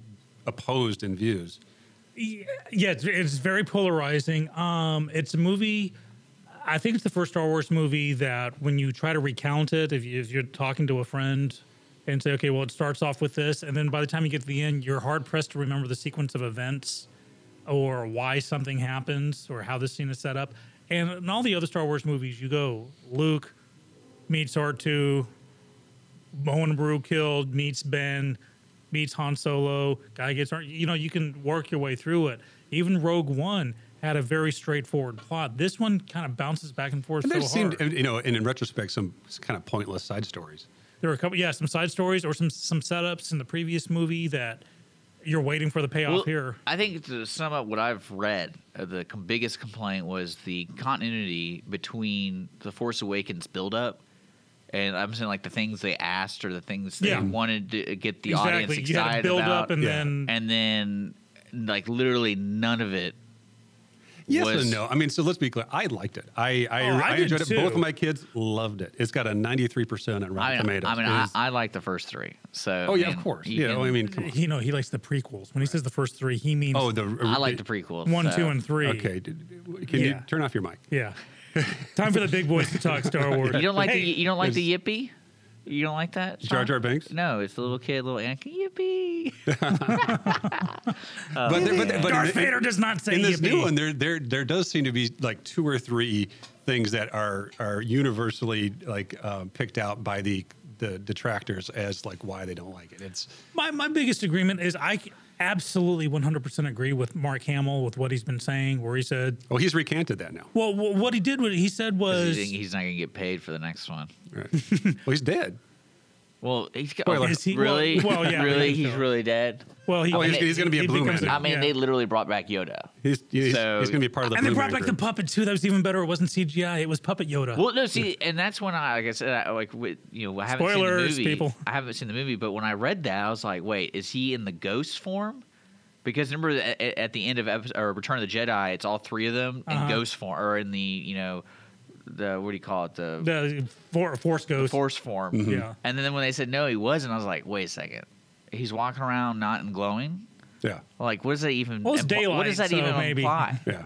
opposed in views. yeah, it's, it's very polarizing. Um, it's a movie. I think it's the first Star Wars movie that when you try to recount it, if, you, if you're talking to a friend and say, okay, well, it starts off with this, and then by the time you get to the end, you're hard pressed to remember the sequence of events or why something happens or how this scene is set up. And in all the other Star Wars movies, you go Luke meets R2, Moen Brew killed, meets Ben, meets Han Solo, guy gets hurt. You know, you can work your way through it. Even Rogue One had a very straightforward plot. This one kind of bounces back and forth And there so seemed, hard. you know, and in retrospect, some kind of pointless side stories. There were a couple, yeah, some side stories or some some setups in the previous movie that you're waiting for the payoff Well, here. I think to sum up what I've read, uh, the com- biggest complaint was the continuity between the Force Awakens buildup and I'm saying like the things they asked or the things they Yeah. wanted to get the audience exactly. You excited had to build about, up and Yeah. then and then like literally none of it. Yes was- and no. I mean, so let's be clear. I liked it. I I, Oh, I I, did enjoyed it. too. Both of my kids loved it. It's got a 93% on Rotten I mean, Tomatoes. I, mean It I, is- I like the first three. So oh yeah, I mean, of course. you Yeah, can- well, I mean, come on. you know he likes the prequels. When he says the first three, he means Oh, the I like the prequels. one, so. two, and three. Okay, did- can you Yeah. turn off your mic? Yeah. Time for the big boys to talk Star Wars. You don't like Hey, the e- you don't like the yippee. You don't like that. Jar Sean? Jar Binks? No, it's the little kid, little Anakin. Yippee! but, there- but, there- but Darth in- Vader does not say in this yippee. new one, there there there does seem to be like two or three things that are are universally like um, picked out by the the detractors as like why they don't like it. It's my my biggest agreement is I c- absolutely 100% agree with Mark Hamill with what he's been saying, where he said, oh he's recanted that now. well, wh- what he did, what he said was, He's he's not gonna get paid for the next one. Right. well, he's dead. Well, he's got Spoiler. Is he- really, well- well, yeah, really, yeah, he's sure. really dead. well, he, Oh, he's, mean, he's going to be he a blue man. becomes a- now. I mean, Yeah. they literally brought back Yoda. He's, he's, So- he's going to be part of the and they blue brought man back the group. puppet too. That was even better. It wasn't CGI. It was puppet Yoda. Well, no, see, and that's when I, like I said, I, like with, you know, I haven't Spoilers, seen the movie. people. I haven't seen the movie, but when I read that, I was like, wait, is he in the ghost form? Because remember at, at the end of episode, or Return of the Jedi, it's all three of them in Uh-huh. ghost form, or in the you know, the what do you call it, the, the uh, for, Force Ghost. Mm-hmm. force form. Yeah. And then when they said no, he wasn't, I was like, wait a second, he's walking around not in glowing. Yeah. Like, what does that even? Well, it's impl- what daylight, does that so even maybe. imply? Yeah.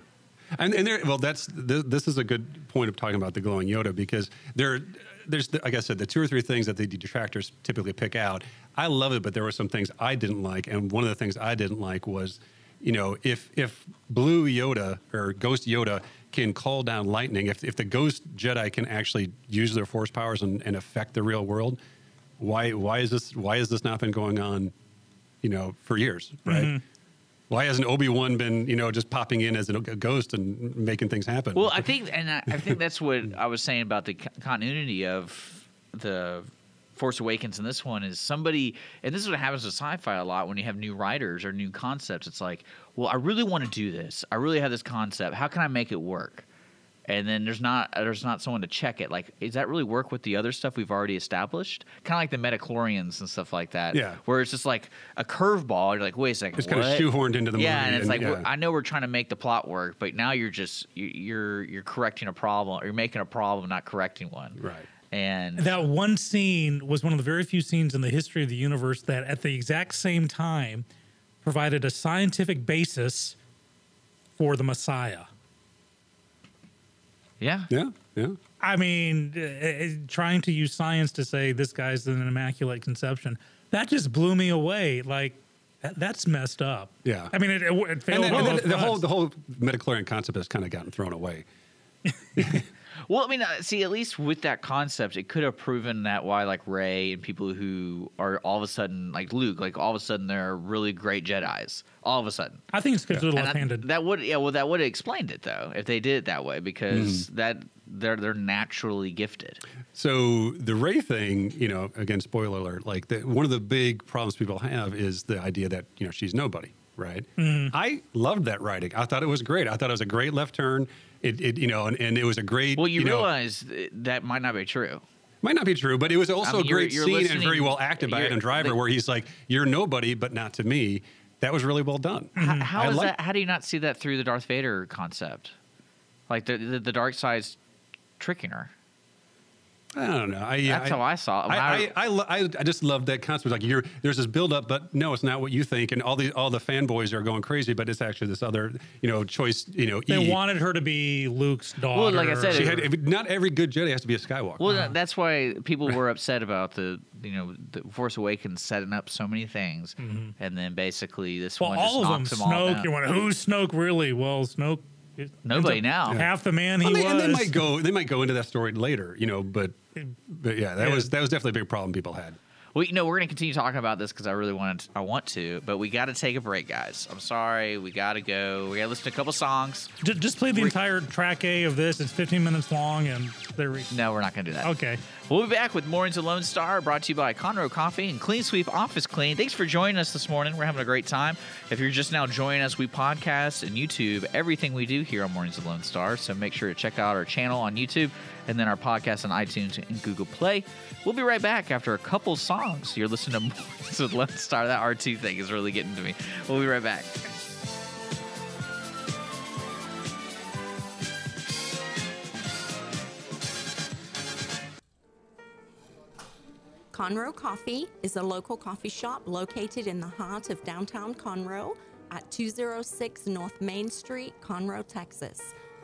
And, and there, well, that's th- this is a good point of talking about the glowing Yoda because there, there's the, like I said, the two or three things that the detractors typically pick out. I love it, but there were some things I didn't like, and one of the things I didn't like was, you know, if if blue Yoda or ghost Yoda can call down lightning, if if the ghost Jedi can actually use their force powers and, and affect the real world, why why is this why has this not been going on, you know, for years, right? Mm-hmm. Why hasn't Obi Wan been, you know, just popping in as a ghost and making things happen? Well, I think, and I, I think that's what I was saying about the co- continuity of the Force Awakens and this one is somebody, and this is what happens with sci-fi a lot when you have new writers or new concepts. It's like, well, I really want to do this. I really have this concept. How can I make it work? And then there's not there's not someone to check it. Like, does that really work with the other stuff we've already established? Kind of like the metachlorians and stuff like that. Yeah. Where it's just like a curveball. You're like, wait a second. It's kinda what? shoehorned into the yeah, movie and it's and- like we're- yeah. I know we're trying to make the plot work, but now you're just you- you're you're correcting a problem. You're making a problem, not correcting one. Right. And that one scene was one of the very few scenes in the history of the universe that at the exact same time provided a scientific basis for the Messiah. yeah, yeah, yeah. I mean, uh, uh, trying to use science to say this guy's an immaculate conception, that just blew me away. Like, that, that's messed up. Yeah. I mean, it, it, it And failed. then, all and then those the whole fronts. the whole metachlorian concept has kind of gotten thrown away. Well, I mean, uh, see, at least with that concept, it could have proven that why, like Ray and people who are all of a sudden, like Luke, like all of a sudden they're really great Jedi's. All of a sudden, I think it's because they're And I- left handed. that would yeah, well, that would have explained it though if they did it that way because that they're they're naturally gifted. So the Ray thing, you know, again, spoiler alert. Like the, one of the big problems people have is the idea that you know she's nobody, right? Mm-hmm. I loved that writing. I thought it was great. I thought it was a great left turn. It, it you know, and, and it was a great. Well, you, know, realize th- that might not be true. Might not be true, but it was also I mean, a you're- great you're scene and listening- very well acted by you're- Adam Driver, the- where he's like, "You're nobody, but not to me." That was really well done. Mm-hmm. H- How I is like- that? How do you not see that through the Darth Vader concept? Like the the, the dark side's tricking her. I don't know. I, That's how I saw it. When I, I- I, I, lo- I, I just love that concept. Like you're there's this build up, but no, it's not what you think. And all the all the fanboys are going crazy, but it's actually this other you know choice. You know, They E. wanted her to be Luke's daughter. Well, like I said, She had, not every good Jedi has to be a Skywalker. Well, Uh-huh. that that's why people were upset about the you know the Force Awakens setting up so many things, and then basically this Mm-hmm. well, one just all of them. knocks Snoke. all You down. went, who's Snoke really? Well, Snoke. is- Nobody ends up now. Half the man he and, they, was. and they might go they might go into that story later. You know, but but yeah, that Yeah. was that was definitely a big problem people had. Well, you know, we're gonna continue talking about this because I really want to, I want to, but we got to take a break, guys. I'm sorry, we got to go. We got to listen to a couple songs. Just, just play the entire track A of this. It's 15 minutes long, and there we. No, we're not gonna do that. Okay. We'll be back with Mornings of Lone Star, brought to you by Conroe Coffee and Clean Sweep Office Clean. Thanks for joining us this morning. We're having a great time. If you're just now joining us, we podcast and YouTube everything we do here on Mornings of Lone Star. So make sure to check out our channel on YouTube and then our podcast on iTunes and Google Play. We'll be right back after a couple songs. You're listening to Mornings with Lone Star. That R2 thing is really getting to me. We'll be right back. Conroe Coffee is a local coffee shop located in the heart of downtown Conroe at 206 North Main Street, Conroe, Texas.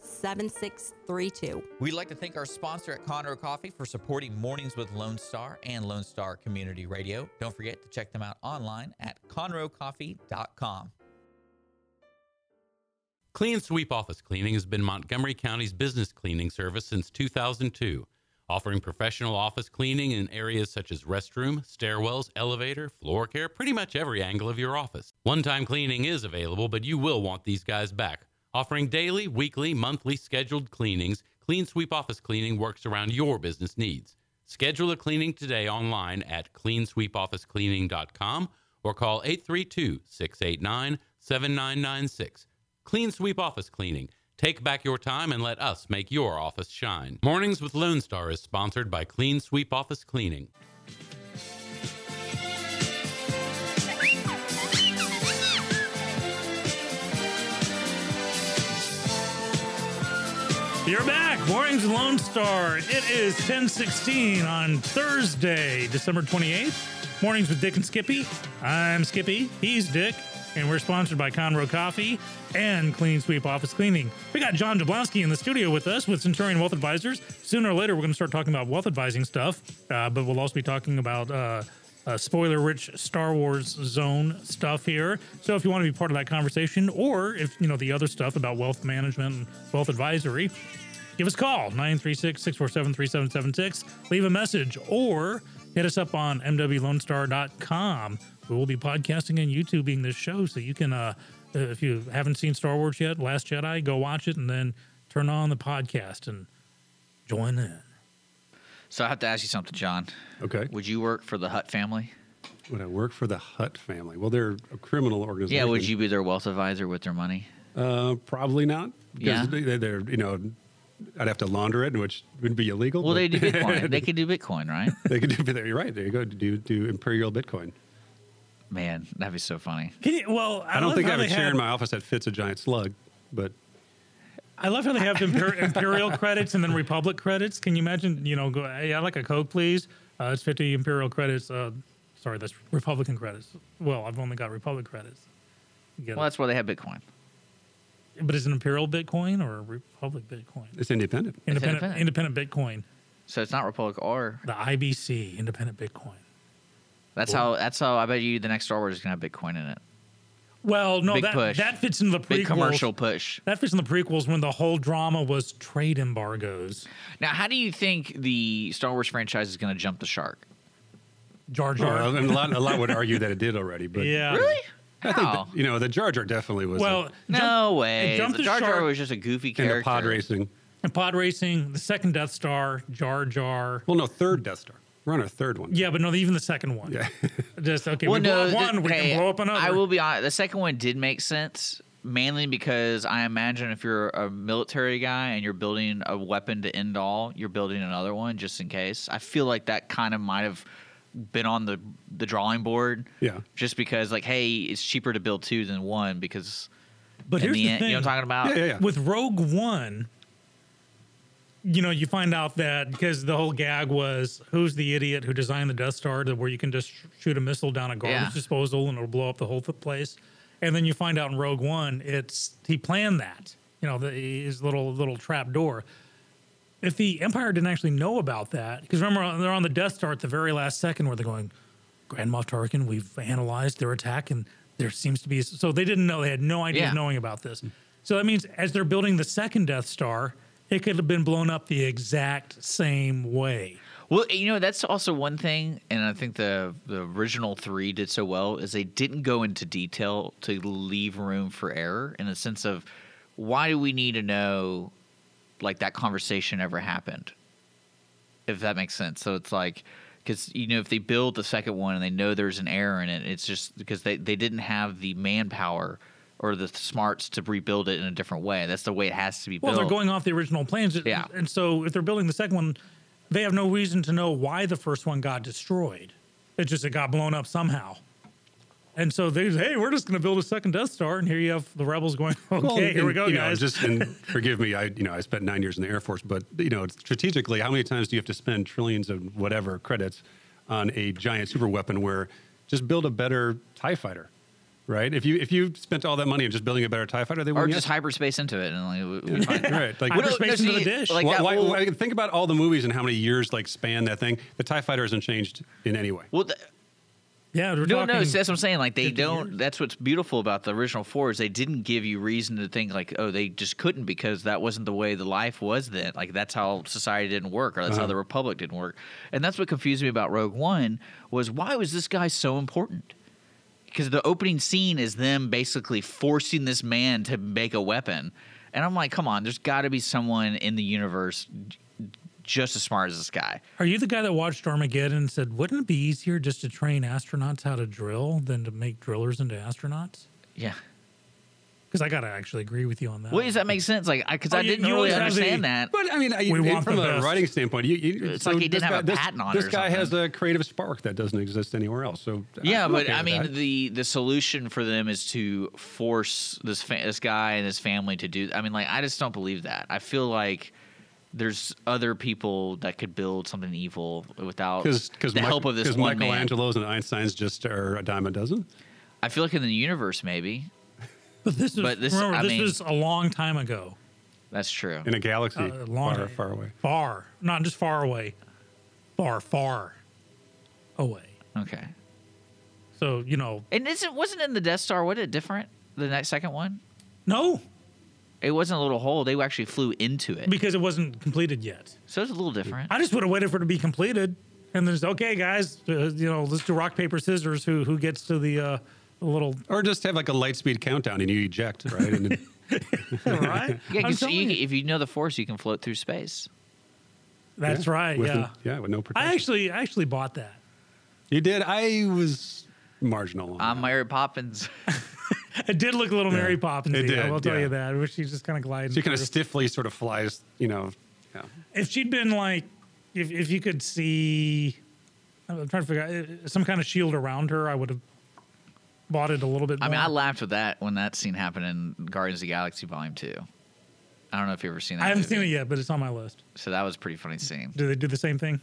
7632. We'd like to thank our sponsor at Conroe Coffee for supporting Mornings with Lone Star and Lone Star Community Radio. Don't forget to check them out online at conroecoffee.com. Clean Sweep Office Cleaning has been Montgomery County's business cleaning service since 2002, offering professional office cleaning in areas such as restroom, stairwells, elevator, floor care, pretty much every angle of your office. One time cleaning is available, but you will want these guys back. Offering daily, weekly, monthly scheduled cleanings, Clean Sweep Office Cleaning works around your business needs. Schedule a cleaning today online at cleansweepofficecleaning.com or call 832 689 7996. Clean Sweep Office Cleaning. Take back your time and let us make your office shine. Mornings with Lone Star is sponsored by Clean Sweep Office Cleaning. You're back. Mornings with Lone Star. It is 1016 on Thursday, December 28th. Mornings with Dick and Skippy. I'm Skippy. He's Dick. And we're sponsored by Conroe Coffee and Clean Sweep Office Cleaning. We got John Jablonski in the studio with us with Centurion Wealth Advisors. Sooner or later, we're going to start talking about wealth advising stuff, uh, but we'll also be talking about uh, uh, spoiler rich Star Wars zone stuff here. So if you want to be part of that conversation or if you know the other stuff about wealth management and wealth advisory, give us a call 936 647 3776. Leave a message or hit us up on mwlonestar.com. We will be podcasting and YouTubing this show so you can, uh, uh, if you haven't seen Star Wars yet, Last Jedi, go watch it and then turn on the podcast and join in. So I have to ask you something, John. Okay. Would you work for the Hutt family? Would I work for the Hutt family? Well, they're a criminal organization. Yeah, would you be their wealth advisor with their money? Uh, probably not. 'cause Yeah. They, they're, you know, I'd have to launder it, which would be illegal. Well, but they do Bitcoin. they could do Bitcoin, right? they could do, you're right. There you go. Do, do Imperial Bitcoin. Man, that'd be so funny. Can you, well, I, I don't love think I how have a they chair had- in my office that fits a giant slug, but I love how they have the imper- imperial credits and then republic credits. Can you imagine? You know, go hey, I like a coke, please. Uh, it's fifty imperial credits. Uh, sorry, that's republican credits. Well, I've only got republic credits. You get Well, it. that's why they have Bitcoin. But is it imperial Bitcoin or republic Bitcoin? it's independent. Independent, independent Bitcoin. So it's not Republic or The IBC, independent Bitcoin. that's how that's how I bet you the next Star Wars is gonna have Bitcoin in it. Well, no, Big that push. that fits in the prequels. Big commercial push. That fits in the prequels when the whole drama was trade embargoes. Now, how do you think the Star Wars franchise is gonna jump the shark? Jar Or, Jar. I mean, a, lot, a lot would argue that it did already, but yeah. Really? I think How? that, you know the Jar Jar definitely was. Well, no way. Jump The the Jar Jar shark was just a goofy in character. the pod racing. And pod racing, the second Death Star, Jar Jar. Well, no, third Death Star. We're on our third one. Yeah, but no, even the second one. Yeah. Just okay, we blow up the- one, we hey, can blow up another. I will be honest. The second one did make sense, mainly because I imagine if you're a military guy and you're building a weapon to end all, you're building another one just in case. I feel like that kind of might have been on the the drawing board. Yeah. Just because, like, hey, it's cheaper to build two than one because. But in here's the, the end, thing. you know what I'm talking about? Yeah, yeah, yeah. With Rogue One, you know, you find out that because the whole gag was who's the idiot who designed the Death Star to where you can just sh- shoot a missile down a garbage Yeah. disposal and it'll blow up the whole th- place. And then you find out in Rogue One, it's he planned that. You know, the, his little little trap door. If the Empire didn't actually know about that, because remember they're on the Death Star at the very last second where they're going, Grand Moff Tarkin. We've analyzed their attack, and there seems to be so they didn't know. They had no idea Yeah. of knowing about this. So that means as they're building the second Death Star, it could have been blown up the exact same way. Well, you know, that's also one thing, and I think the the original three did so well is they didn't go into detail to leave room for error in a sense of why do we need to know like that conversation ever happened, if that makes sense. So it's like because you know if they build the second one and they know there's an error in it, it's just because they they didn't have the manpower or the smarts to rebuild it in a different way. That's the way it has to be Well, built. they're going off the original plans. It- Yeah. And so if they're building the second one, they have no reason to know why the first one got destroyed. It's just it got blown up somehow. And so they hey, we're just going to build a second Death Star, and here you have the rebels going, okay, here we and, go, you know, guys. just and forgive me, I you know I spent nine years in the Air Force, but you know strategically, how many times do you have to spend trillions of whatever credits on a giant super weapon where just build a better Tie Fighter, right? If you if you spent all that money on just building a better Tie Fighter, they or wouldn't just yet. hyperspace into it and like we- we find- right like. I Why, don't- Hyperspace into the dish. Like that why, whole- why- think about all the movies and how many years like span that thing. The Tie Fighter hasn't changed in any way. well, th- yeah, we're no, talking, no, that's what I'm saying. Like they 50 don't. years. That's what's beautiful about the original four is they didn't give you reason to think like, oh, they just couldn't because that wasn't the way the life was then. Like that's how society didn't work, or that's Uh-huh. how the republic didn't work. And that's what confused me about Rogue One was why was this guy so important? Because the opening scene is them basically forcing this man to make a weapon, and I'm like, come on, there's got to be someone in the universe j- just as smart as this guy. Are you the guy that watched Armageddon and said, wouldn't it be easier just to train astronauts how to drill than to make drillers into astronauts? Yeah. Because I got to actually agree with you on that. Well, does that make sense? Like, because Oh, I you- didn't you always really have the- understand that. But I mean, I, We I- want from the a best. writing standpoint, you, you, It's like he this didn't have a this- patent on it This or guy has something. a creative spark that doesn't exist anywhere else. So Yeah, I'm but okay I with mean, that. the the solution for them is to force this fa- this guy and his family to do. I mean, like, I just don't believe that. I feel like there's other people that could build something evil without because because the help of this one man. Michelangelo's and Einstein's just are a dime a dozen. I feel like in the universe, maybe but this is, but this- remember, I this mean- was a long time ago. that's true. in a galaxy Uh, long- far, far away. far, not just far away, far, far away. Okay, So you know, and isn't wasn't in the Death Star? Was it different? The next second one, no, it wasn't a little hole. They actually flew into it, because it wasn't completed yet. so it's a little different. I just would have waited for it to be completed, and then it's okay, guys. Uh, you know, let's do rock paper scissors. Who who gets to the uh, the little Or just have like a light speed countdown and you eject, right? And then- right? Yeah, I'm 'cause telling you, you. if you know the Force, you can float through space. That's right. with Yeah, yeah, with no protection. I actually I actually bought that. you did. I was marginal. on I'm that. Mary Poppins. It did look a little Mary Poppins. It I did, will tell yeah. you that. Where she's just kind of gliding. She kind of through. stiffly sort of flies, you know. Yeah. if she'd been like, if if you could see, I'm trying to figure out uh, some kind of shield around her, I would have bought it a little bit. I More. mean, I laughed with that when that scene happened in Guardians of the Galaxy Volume Two. I don't know if you've ever seen that. I haven't movie. seen it yet, but it's on my list. So that was a pretty funny scene. Do they do the same thing?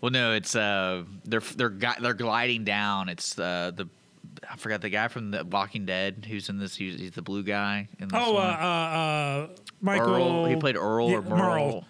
Well, no, it's uh, they're they're gui- they're gliding down. It's uh, the I forgot the guy from The Walking Dead who's in this. He's, he's the blue guy. In this Oh, uh, uh, one. uh, Michael. Earl. He played Earl Yeah, or Merle.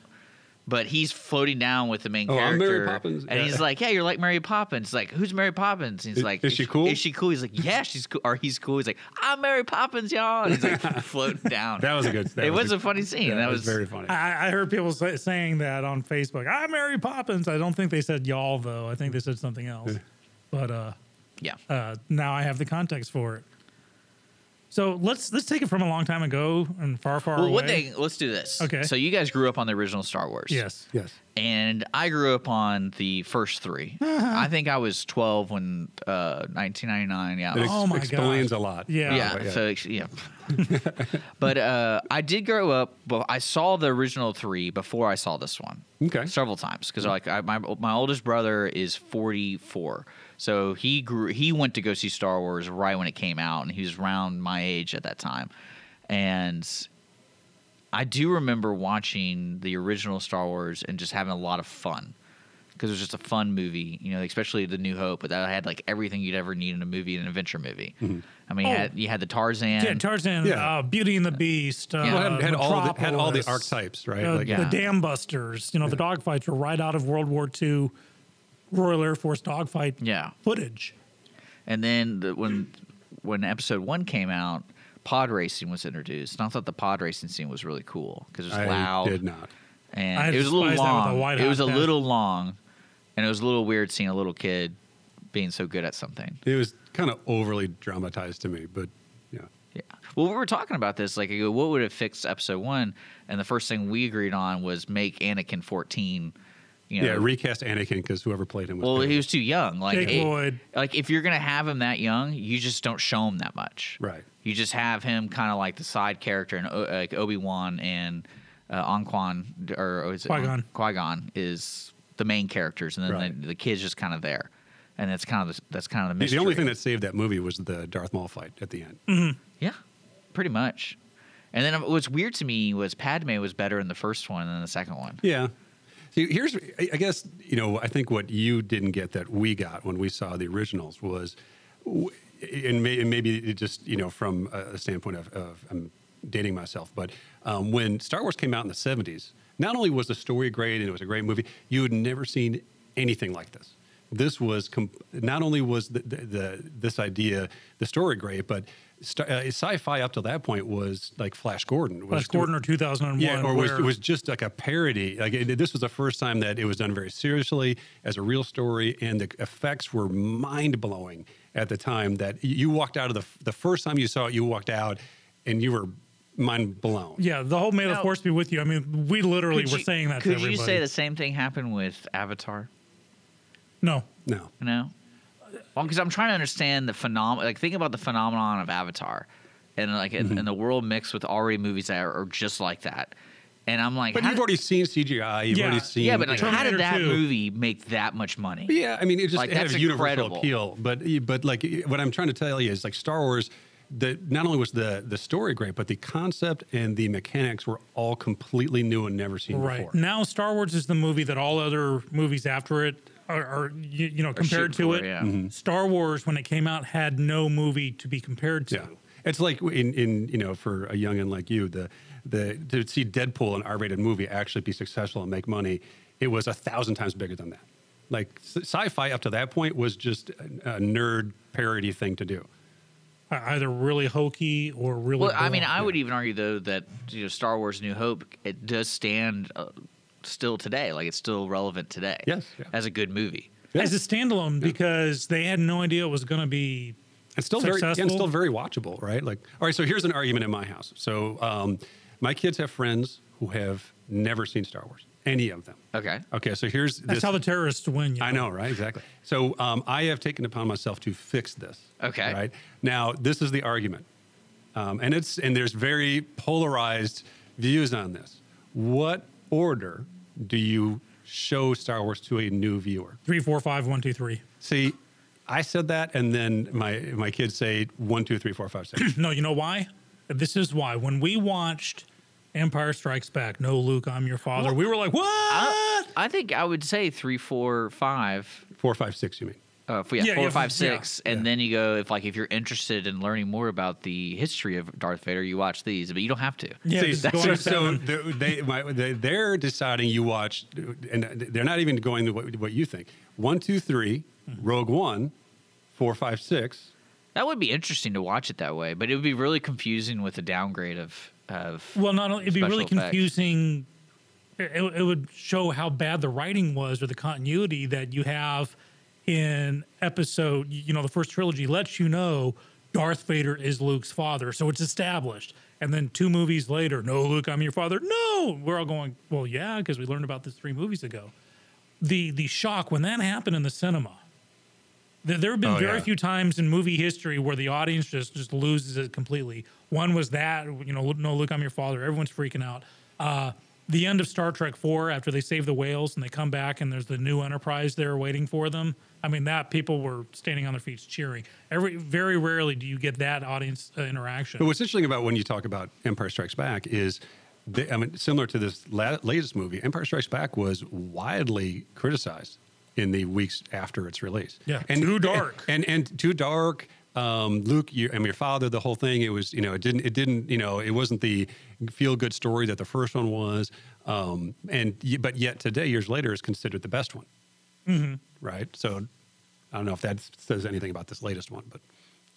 But he's floating down with the main Oh, I'm character, Mary Poppins. and he's Yeah. like, "Yeah, you're like Mary Poppins." Like, who's Mary Poppins? And he's Is- like, is she cool? Is she cool?" He's like, "Yeah, she's cool." Or he's cool. He's like, "I'm Mary Poppins, y'all." And he's like floating down. That was a good. that it was, a- a funny scene. yeah, that it was, very funny. I, I heard people say, saying that on Facebook. I'm Mary Poppins. I don't think they said y'all though. I think they said something else. but uh, yeah. uh, now I have the context for it. So let's let's take it from a long time ago and far far Well, away. one thing. Let's do this. Okay. So you guys grew up on the original Star Wars. Yes. yes. And I grew up on the first 3 I think I was 12 when uh, 1999. Yeah. I It was- ex- Oh my explains God. a lot. Yeah. yeah, yeah. so it's- yeah. but uh, I did grow up. But I saw the original three before I saw this one. Okay. several times Mm-hmm. because like I, my my oldest brother is forty four, so he grew he went to go see Star Wars right when it came out, and he was around my age at that time, and. I do remember watching the original Star Wars and just having a lot of fun because it was just a fun movie. You know, especially the New Hope, but that had like everything you'd ever need in a movie, in an adventure movie. I mean, Oh. you, had, you had the Tarzan. yeah, Tarzan, Yeah. Uh, Beauty and the Beast, uh, Yeah. Well, had, had all the, had all the Metropolis, archetypes, right? uh, like Oh, Yeah. The dam busters, you know, the dogfights were right out of World War II Royal Air Force dogfight Yeah. footage. And then the, when when episode one came out, pod racing was introduced, and I thought the pod racing scene was really cool because it was I loud did not. and I it was a little despise that with a long. white it hot was a pants. little long, and it was a little weird seeing a little kid being so good at something. It was kind of overly dramatized to me, but yeah. Yeah. Well, we were talking about this. Like, I go, what would have fixed episode one? And the first thing we agreed on was make Anakin fourteen. You know, Yeah, recast Anakin because whoever played him was. well, bad. he was too young. Like, Jake it- Lloyd. like if you're gonna have him that young, you just don't show him that much. Right. You just have him kind of like the side character, and O- like Obi Wan and uh, Anquan or is it Qui-Gon. Qui Gon is the main characters, and then Right. the, the kid's just kind of there, and that's kind of the, that's kind of the The- mystery. The only thing that saved that movie was the Darth Maul fight at the end. yeah, pretty much. And then um, what's weird to me was Padme was better in the first one than the second one. Yeah. See, here's, I I guess, you know, I think what you didn't get that we got when we saw the originals was, w- and, may, and maybe it just, you know, from a a standpoint of, of I'm dating myself, but um, when Star Wars came out in the 70s, not only was the story great and it was a great movie, you had never seen anything like this. This was com- not only was the, the, the this idea the story great, but st- uh, sci-fi up to that point was like Flash Gordon. Was Flash uh, Gordon or 2001. yeah, or was, where- it was just like a parody. Like it, this was the first time that it was done very seriously as a real story, and the effects were mind blowing at the time. That y- you walked out of the the first time you saw it, you walked out, and you were mind blown. Yeah, the whole May the Now- Force be with you. I mean, we literally Could were you- saying that Could to everybody. you say the same thing happened with Avatar? No. No, You know, well, because I'm trying to understand the phenomenon. Like, think about the phenomenon of Avatar, and like, Mm-hmm. and- and the world mixed with already movies that are, are just like that. And I'm like, but how you've did- already seen CGI. You've Yeah. already seen yeah, but like, you know. how did Terminator 2. that movie make that much money? Yeah, I mean, it just Like, it had that's a universal incredible. appeal. But but like what I'm trying to tell you is like Star Wars. The, not only was the the story great, but the concept and the mechanics were all completely new and never seen Right. before. Now, Star Wars is the movie that all other movies after it are, are you, you know, compared shooting to for, it. yeah. Mm-hmm. Mhm. Star Wars, when it came out, had no movie to be compared to. Yeah, it's like in in you know for a youngin like you, the the to see Deadpool an R-rated movie actually be successful and make money, it was a thousand times bigger than that. Like sci- sci-fi up to that point was just a, a nerd parody thing to do. E- Either really hokey or really. Well, I mean, boring. I would even argue though that you know, Star Wars: New Hope it does stand uh, still today. Like, it's still relevant today. Yes, yeah. as a good movie. as a standalone because they had no idea it was going to be. It's still very yeah, Successful. and still very watchable, right? Like, all right, so here's an argument in my house. So um, my kids have friends who have never seen Star Wars, any of them. Okay. Okay, so here's That's this. how the terrorists win. You I know, right? Exactly. So um, I have taken upon myself to fix this. Okay. Right now, this is the argument, um, and it's and there's very polarized views on this. What order do you show Star Wars to a new viewer? Three, four, five, one, two, three. See, I said that, and then my my kids say one, two, three, four, five, six. No, you know why? This is why. When we watched Empire Strikes Back, no, Luke, I'm your father. we were like, what? I, I think I would say three, four, five four, five, six. You mean? uh, f- yeah, Yeah, four, yeah, five, f- six, and then you go if like if you're interested in learning more about the history of Darth Vader, you watch these, but you don't have to. yeah, See, just so, go on to so seven. the- they, my, they, they're deciding you watch, and they're not even going to what, what you think. One, two, three, Rogue One, four, five, six. That would be interesting to watch it that way, but it would be really confusing with the downgrade of of. Well, not only it'd be Special really effects. confusing. It, it- it would show how bad the writing was or the continuity that you have in episode. You know, the first trilogy lets you know Darth Vader is Luke's father, so it's established. And then two movies later, no, Luke, I'm your father. No, we're all going. Well, yeah, because we learned about this three movies ago. The the shock when that happened in the cinema. There, there have been Oh, very yeah. few times in movie history where the audience just just loses it completely. One was that, you know, no, look, I'm your father. Everyone's freaking out. Uh, the end of Star Trek Four, after they save the whales and they come back and there's the new Enterprise there waiting for them. I mean, that people were standing on their feet cheering. Every very rarely do you get that audience uh, interaction. But what's interesting about when you talk about Empire Strikes Back is they, I mean, similar to this la- latest movie, Empire Strikes Back was widely criticized in the weeks after its release. Yeah, too dark. And and, too dark. Um, Luke, you, I mean, your father, the whole thing. It was, you know, it didn't, it didn't, you know, it wasn't the feel good story that the first one was. Um, and y- but yet today, years later, is considered the best one. Mm-hmm. Right. So I don't know if that says anything about this latest one, but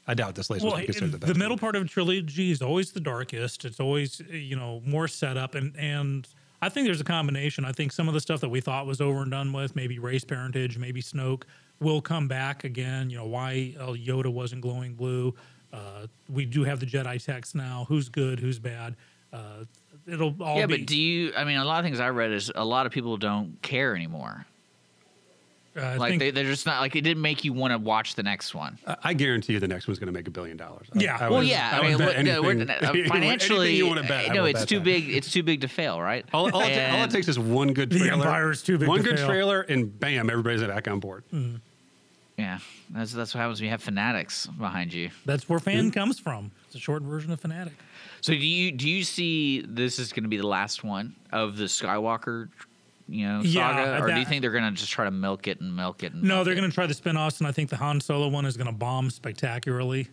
I doubt this latest Well, one is it- considered the the, best. middle part of a trilogy is always the darkest. It's always you know more setup and and I think there's a combination. I think some of the stuff that we thought was over and done with, maybe race parentage, maybe Snoke, will come back again. You know why uh, Yoda wasn't glowing blue. Uh, we do have the Jedi text now. Who's good? Who's bad? Uh, it'll all yeah, be. but do you? I mean, a lot of things I read is a lot of people don't care anymore. uh, I Like think- they, they're just not like it didn't make you want to watch the next one. I- I guarantee you the next one's going to make a billion dollars. Yeah. I, I well, would- yeah. I, would mean, bet what, no, we're, anything- uh, anything financially, you want to bet. I no, would it's bet too that. big. It's too big to fail, right? All, all, it ta- all it And- takes is one good The trailer. Empire's too big One to good fail. Mm. trailer, and bam, everybody's back on board. Yeah, that's that's what happens when you have fanatics behind you. that's where fan comes from. It's a short version of fanatic. So do you do you see this is going to be the last one of the Skywalker, you know, Yeah, saga, or do you that- think they're going to just try to milk it and milk it? And No, they're milk going it? to try the spin-offs, and I think the Han Solo one is going to bomb spectacularly,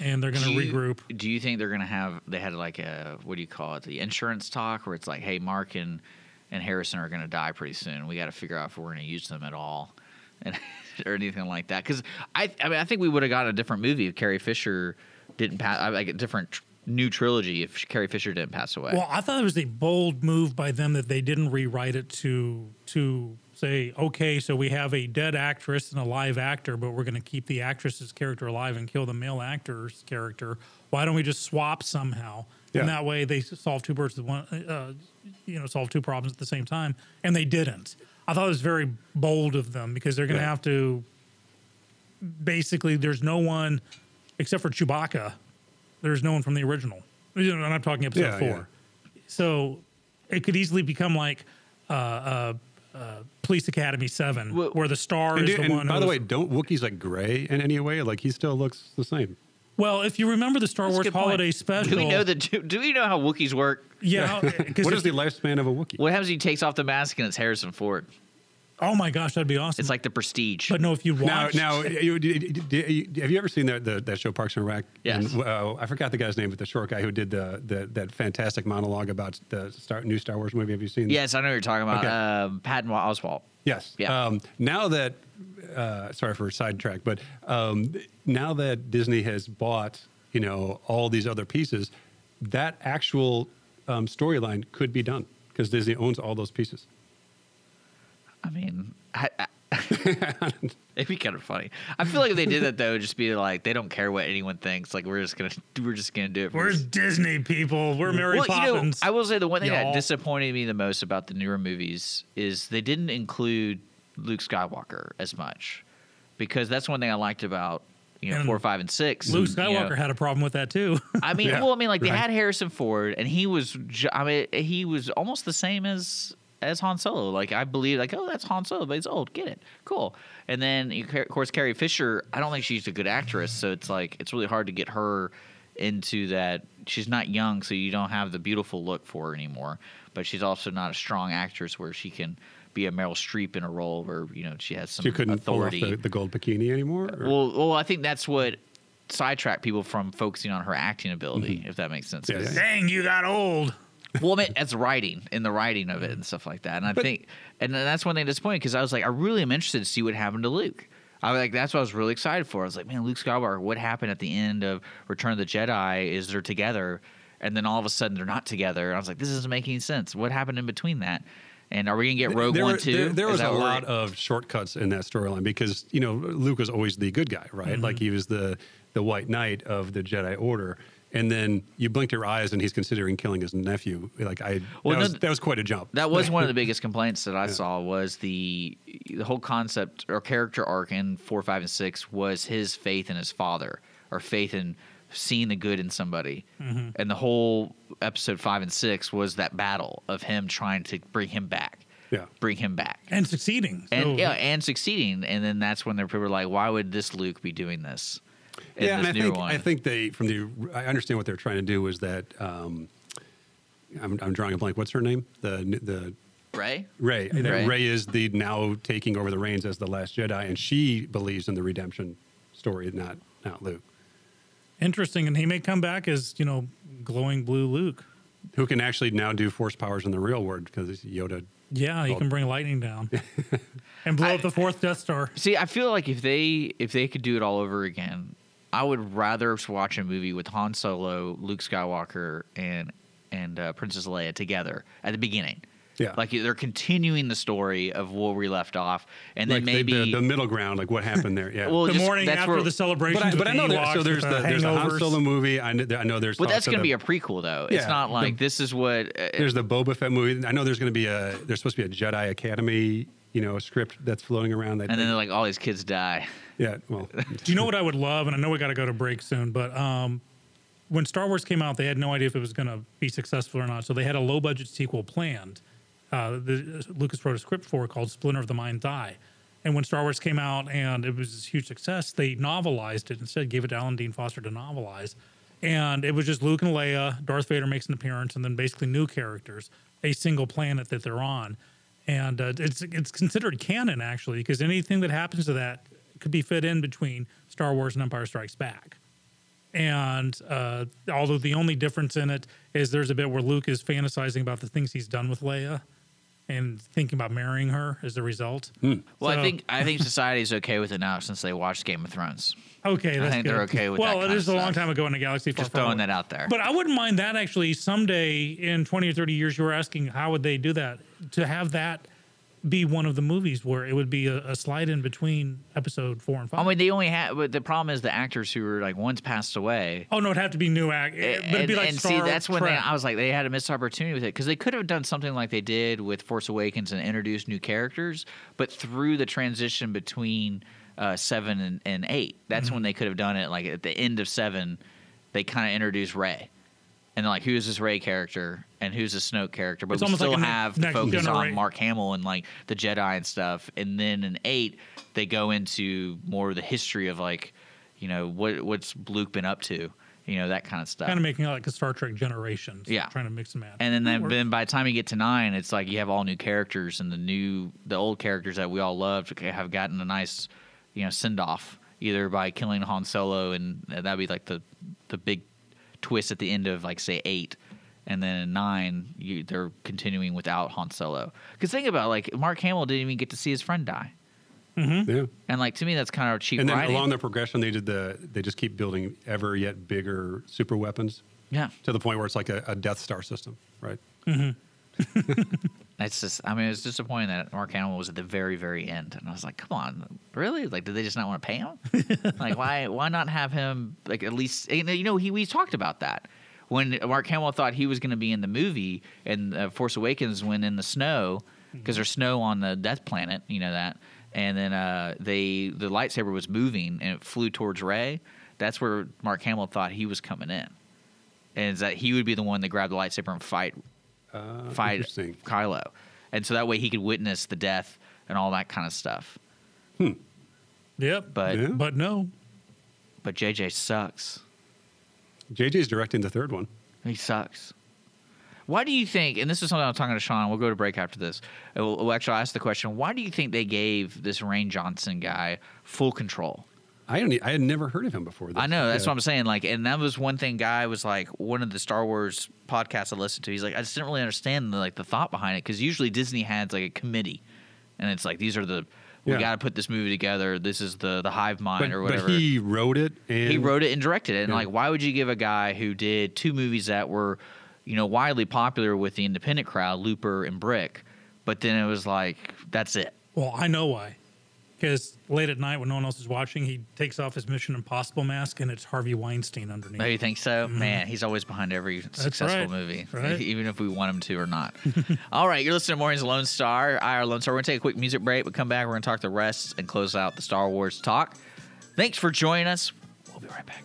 and they're going to Do you- regroup. Do you think they're going to have? They had like a what do you call it? The insurance talk where it's like, hey, Mark and and Harrison are going to die pretty soon. We got to figure out if we're going to use them at all, and or anything like that. Because I I mean I think we would have gotten a different movie if Carrie Fisher didn't pass. I- Like a different. tr- New trilogy if Carrie Fisher didn't pass away. Well, I thought it was a bold move by them that they didn't rewrite it to to say, okay, so we have a dead actress and a live actor, but we're going to keep the actress's character alive and kill the male actor's character. Why don't we just swap somehow? Yeah. And that way they solve two birds with one, uh, you know, solve two problems at the same time. And they didn't. I thought it was very bold of them because they're going to Yeah. have to basically there's no one except for Chewbacca. There's no one from the original. You know, And I'm talking episode Yeah, four. So it could easily become like uh, uh, uh, Police Academy Seven, where the star And, is do- the and one. by who the is- way, don't Wookiees like gray in any way? Like he still looks the same. well, if you remember the Star That's a Wars good point. holiday special, Do we know that? Do, do we know how Wookiees work? Yeah, uh, because What is the lifespan of a Wookiee? What happens? if He takes off the mask and it's Harrison Ford. oh my gosh, that'd be awesome. It's like the Prestige. but no, if you Now, watch now, you- you- you- have you ever seen that the, that show Parks and Rec? Yes. And, uh, I forgot the guy's name, but the short guy who did the, the that fantastic monologue about the star, new Star Wars movie. Have you seen? that? yes, I know what you're talking about. Okay. Um, Patton Oswalt. Yes. Yeah. Um, now that, uh, sorry for a sidetrack, but um, now that Disney has bought, you know, all these other pieces, that actual um, storyline could be done because Disney owns all those pieces. I mean, I, I, it'd be kind of funny. I feel like if they did that though, it'd just be like they don't care what anyone thinks. Like we're just gonna we're just gonna do it. for Where's this- Disney people? We're Mary well, you know, Poppins. I will say the one thing y'all. that disappointed me the most about the newer movies is they didn't include Luke Skywalker as much, because that's one thing I liked about you know And four, five, and six. Luke you know. Skywalker had a problem with that too. I mean, Yeah, well, I mean, like they right. had Harrison Ford, and he was, ju- I mean, he was almost the same as as Han Solo. Like I believe, like oh, that's Han Solo, but he's old. Get it, cool. And then you ca- of course Carrie Fisher. I don't think she's a good actress, so it's like it's really hard to get her into that. She's not young, so you don't have the beautiful look for her anymore. But she's also not a strong actress where she can be a Meryl Streep in a role where you know she has some So you couldn't authority. pull off the, the gold bikini anymore. or- Well, well, I think that's what sidetracked people from focusing on her acting ability, if that makes sense. Mm-hmm. Yeah, yeah. Dang, you got old. Well, I mean, as writing in the writing of it and stuff like that, and I think, and then that's one thing disappointing because I was like, I really am interested to see what happened to Luke. I was like, that's what I was really excited for. I was like, man, Luke Skywalker, what happened at the end of Return of the Jedi? Is they're together, and then all of a sudden they're not together. And I was like, this isn't making sense. What happened in between that? And are we gonna get Rogue there, One were- too? There, there Is was that a what we're- lot of shortcuts in that storyline because you know Luke was always the good guy, Mm-hmm. right? Like he was the the White Knight of the Jedi Order, and then you blinked your eyes and he's considering killing his nephew. Like I, Well, that, no, was, that was quite a jump. That was one of the biggest complaints that I saw was the the whole concept or character arc in four, five, and six was his faith in his father or faith in seeing the good in somebody, Mm-hmm. and the whole episode five and six was that battle of him trying to bring him back, Yeah. bring him back, And succeeding. and So- yeah, and succeeding, and then that's when there people were like, why would this Luke be doing this? in yeah, and this I newer think one? I think they from the I understand what they're trying to do is that um, I'm, I'm drawing a blank. What's her name? The the Ray? Ray. That Ray. Ray. is the now taking over the reins as the last Jedi, and she believes in the redemption story, not not Luke, Interesting, and he may come back as you know, glowing blue Luke. who can actually now do force powers in the real world because Yoda. Yeah, you Oh. can bring lightning down and blow up the fourth Death Star. See, I feel like if they if they could do it all over again, I would rather watch a movie with Han Solo, Luke Skywalker, and and uh, Princess Leia together at the beginning. Yeah. like they're continuing the story of where we left off, and then Like they- maybe the, the middle ground, like what happened there. Yeah. Well, The just- morning that's after where- the celebration, but I, but I know that. So there's the, there's the Han hangovers. Solo movie. I know, I know there's. But that's also going to the- be a prequel, though. It's Yeah, not the- like this is what. Uh, There's the Boba Fett movie. I know there's going to be a. There's supposed to be a Jedi Academy, you know, script that's floating around. That and then like all these kids die. yeah, well, Do you know what I would love? And I know we got to go to break soon, but um, when Star Wars came out, they had no idea if it was going to be successful or not. So they had a low budget sequel planned. Uh, the, Lucas wrote a script for called Splinter of the Mind's Eye. And when Star Wars came out and it was this huge success, they novelized it instead, gave it to Alan Dean Foster to novelize. And it was just Luke and Leia, Darth Vader makes an appearance, and then basically new characters, a single planet that they're on. And uh, it's it's considered canon actually, because anything that happens to that could be fit in between Star Wars and Empire Strikes Back. And uh, although the only difference in it is there's a bit where Luke is fantasizing about the things he's done with Leia and thinking about marrying her as the result. Well, I So- think I think society's okay with it now since they watched Game of Thrones. Okay, that's think they're good. okay with well, that kind it of is a long stuff. time ago in a galaxy far, Just far throwing away. that out there. But I wouldn't mind that actually. Someday in 20 or 30 years, you were asking how would they do that? To have that be one of the movies where it would be a, a slide in between episode four and five. I mean, they only have. But the problem is the actors who were like once passed away. oh no, it'd have to be new act, but it'd and, be like and Star see, that's when they, Trek. I was like, they had a missed opportunity with it because they could have done something like they did with Force Awakens and introduced new characters, but through the transition between uh, seven and, and eight, that's Mm-hmm. when they could have done it. Like at the end of seven, they kind of introduced Ray, and like who's this Ray character and who's this Snoke character, but It's we almost like still a ne- have the next focus on generation. Mark Hamill and like the Jedi and stuff, and then in eight they go into more of the history of like. You know what? What's Luke been up to? You know that kind of stuff. kind of making it like a Star Trek generation. so Yeah. trying to mix and match. And then, That then, works. then by the time you get to nine, it's like you have all new characters, and the new, the old characters that we all loved have gotten a nice, you know, send off either by killing Han Solo, and that'd be like the, the big twist at the end of like say eight, and then in nine you, they're continuing without Han Solo. Because think about it, like Mark Hamill didn't even get to see his friend die, Hmm? yeah. and like to me that's kind of cheap And then writing. along the progression, they did the they just keep building ever yet bigger super weapons yeah, to the point where it's like a, a Death Star system, right? It's just, I mean, it was disappointing that Mark Hamill was at the very, very end, and I was like, come on, really? Like, did they just not want to pay him? like, why, why not have him? Like, at least, and, you know, he we talked about that when Mark Hamill thought he was going to be in the movie and uh, Force Awakens when in the snow because there's snow on the Death Planet, you know that, and then uh, they the lightsaber was moving and it flew towards Ray. That's where Mark Hamill thought he was coming in, and is that he would be the one that grabbed the lightsaber and fight fight Interesting. Kylo, and so that way he could witness the death and all that kind of stuff. yep, But Yeah. but no, but JJ sucks. JJ's directing the third one. He sucks. Why do you think? And this is something I'm talking to Sean. We'll go to break after this. Uh, We'll, we'll actually ask the question: Why do you think they gave this Rain Johnson guy full control? I don't. e- I had never heard of him before. I know that's Yeah. what I'm saying. Like, and that was one thing. Guy was like one of the Star Wars podcasts I listened to. He's like, I just didn't really understand the, like the thought behind it because usually Disney had like a committee, and it's like these are the we Yeah. got to put this movie together. This is the the hive mind But, or but whatever. he wrote it, and he wrote it and directed it. And Yeah. like, why would you give a guy who did two movies that were, you know, widely popular with the independent crowd, Looper and Brick, but then it was like that's it. well, I know why. Because late at night when no one else is watching, he takes off his Mission Impossible mask and it's Harvey Weinstein underneath. Oh, you think so? Man, he's always behind every successful Mm-hmm. right. movie, Right. even if we want him to or not. All right, you're listening to Morning's Lone Star, IR Lone Star. We're going to take a quick music break, but come back. We're going to talk the rest and close out the Star Wars talk. Thanks for joining us. We'll be right back.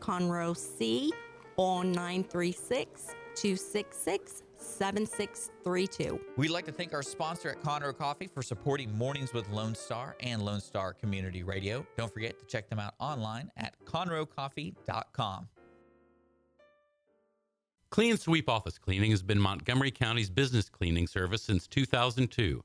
Conroe C or 936 266 7632. We'd like to thank our sponsor at Conroe Coffee for supporting Mornings with Lone Star and Lone Star Community Radio. Don't forget to check them out online at conroecoffee.com. Clean Sweep Office Cleaning has been Montgomery County's business cleaning service since 2002,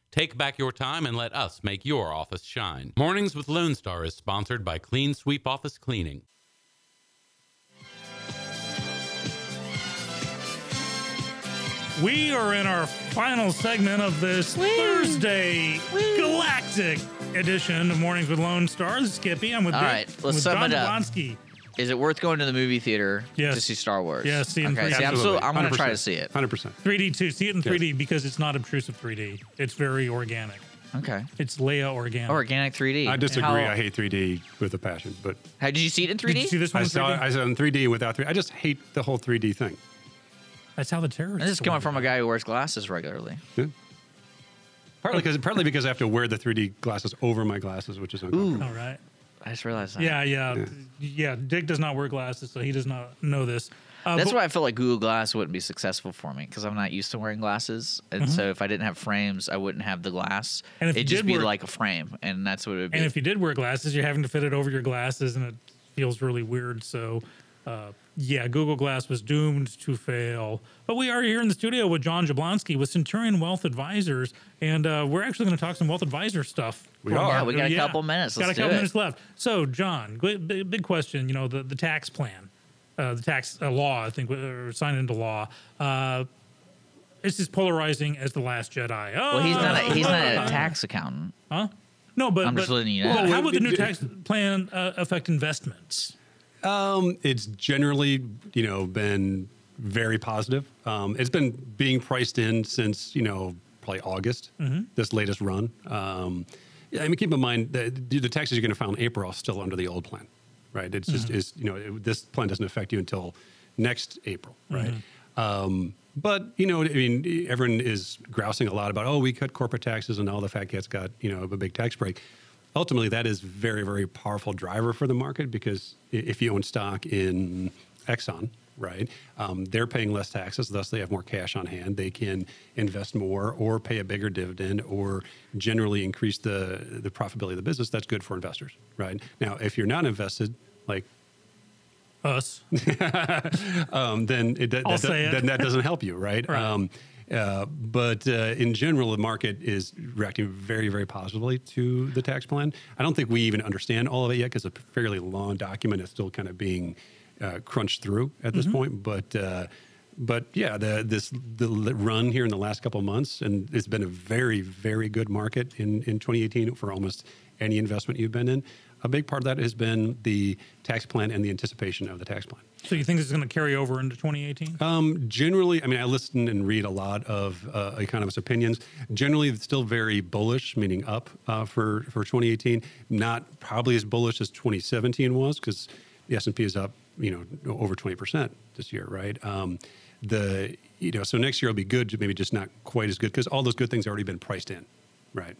Take back your time and let us make your office shine. Mornings with Lone Star is sponsored by Clean Sweep Office Cleaning. We are in our final segment of this Thursday Galactic edition of Mornings with Lone Stars. Skippy, I'm with All Dick- right, let's with sum Don it up. Blonsky. Is it worth going to the movie theater Yes. to see Star Wars? Yes, see it in okay. three- See, I'm, still, Absolutely. I'm gonna try to 100%. see it. 100%. 3D too. See it in 3D because it's not obtrusive 3D. It's very organic. Okay. It's Leia organic. Oh, Organic 3D. I disagree. How- I hate 3D with a passion, but How did you see it in 3D? Did you see this one? I in saw 3D? it, I saw it in 3D without 3D. I just hate the whole 3D thing. That's how the terrorists. This is coming from a guy who wears glasses regularly. Yeah. Partly because partly because I have to wear the 3D glasses over my glasses, which is uncomfortable. All right. I just realized that. Yeah, yeah, yeah, Dick does not wear glasses, so he does not know this. Uh, That's but- why I feel like Google Glass wouldn't be successful for me because I'm not used to wearing glasses, and so if I didn't have frames, I wouldn't have the glass. Mm-hmm. And if you It'd just did be wear- like a frame, and that's what it would be. And if you did wear glasses, you're having to fit it over your glasses, and it feels really weird. So, uh, yeah, Google Glass was doomed to fail. But we are here in the studio with John Jablonski with Centurion Wealth Advisors, and uh, we're actually going to talk some wealth advisor stuff. We are. Yeah, we got a couple minutes. got Let's a do couple it. minutes left. So, John, gl- big, big question. You know, the, the tax plan, uh, the tax uh, law, I think, or signed into law. Uh, it's as polarizing as the Last Jedi. Oh, well, he's not a, he's not a tax accountant. no, but I'm just but- letting you but know. how would the new tax plan uh, affect investments? Um, it's generally, you know, been very positive. Um, it's been being priced in since, you know, probably August, this latest run. Um, yeah, I mean, keep in mind that the the taxes you're going to file in April are still under the old plan, right? It's just, is you know, it, this plan doesn't affect you until next April, right? Um, but you know, I mean, everyone is grousing a lot about, oh, we cut corporate taxes and all the fat cats got you know a big tax break. Ultimately, that is very, very powerful driver for the market because i- if you own stock in Exxon, right, um, they're paying less taxes, thus they have more cash on hand. They can invest more or pay a bigger dividend or generally increase the the profitability of the business. That's good for investors, right? Now, if you're not invested, like Us. um, then it, that, I'll that, say it. then that doesn't help you, right? Right. Um, uh, but uh, in general, the market is reacting very, very positively to the tax plan. I don't think we even understand all of it yet because it's a fairly long document. It's still kind of being uh, crunched through at Mm-hmm. this point. But uh, but yeah, the this the li- run here in the last couple of months, and it's been a very, very good market in in 2018 for almost any investment you've been in. A big part of that has been the tax plan and the anticipation of the tax plan. So you think this is going to carry over into 2018? Um, generally, I mean, I listen and read a lot of uh, economists' opinions. Generally, it's still very bullish, meaning up uh, for for 2018. Not probably as bullish as 2017 was because the S and P is up, you know, over 20 percent this year, right? Um, the you know, so next year will be good, maybe just not quite as good because all those good things have already been priced in, right?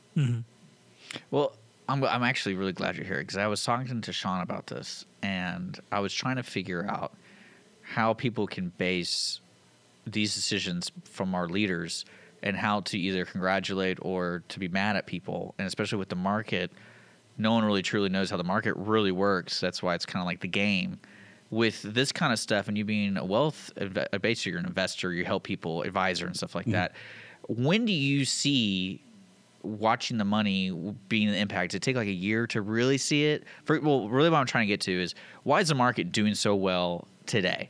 Well, I'm I'm actually really glad you're here because I was talking to Sean about this, and I was trying to figure out how people can base these decisions from our leaders and how to either congratulate or to be mad at people, and especially with the market, no one really truly knows how the market really works. That's why it's kind of like the game. With this kind of stuff, and you being a wealth adv- basically you're an investor, you help people, advisor, and stuff like that. When do you see watching the money w- being an impact. It take like a year to really see it. For, well, really, what I'm trying to get to is why is the market doing so well today?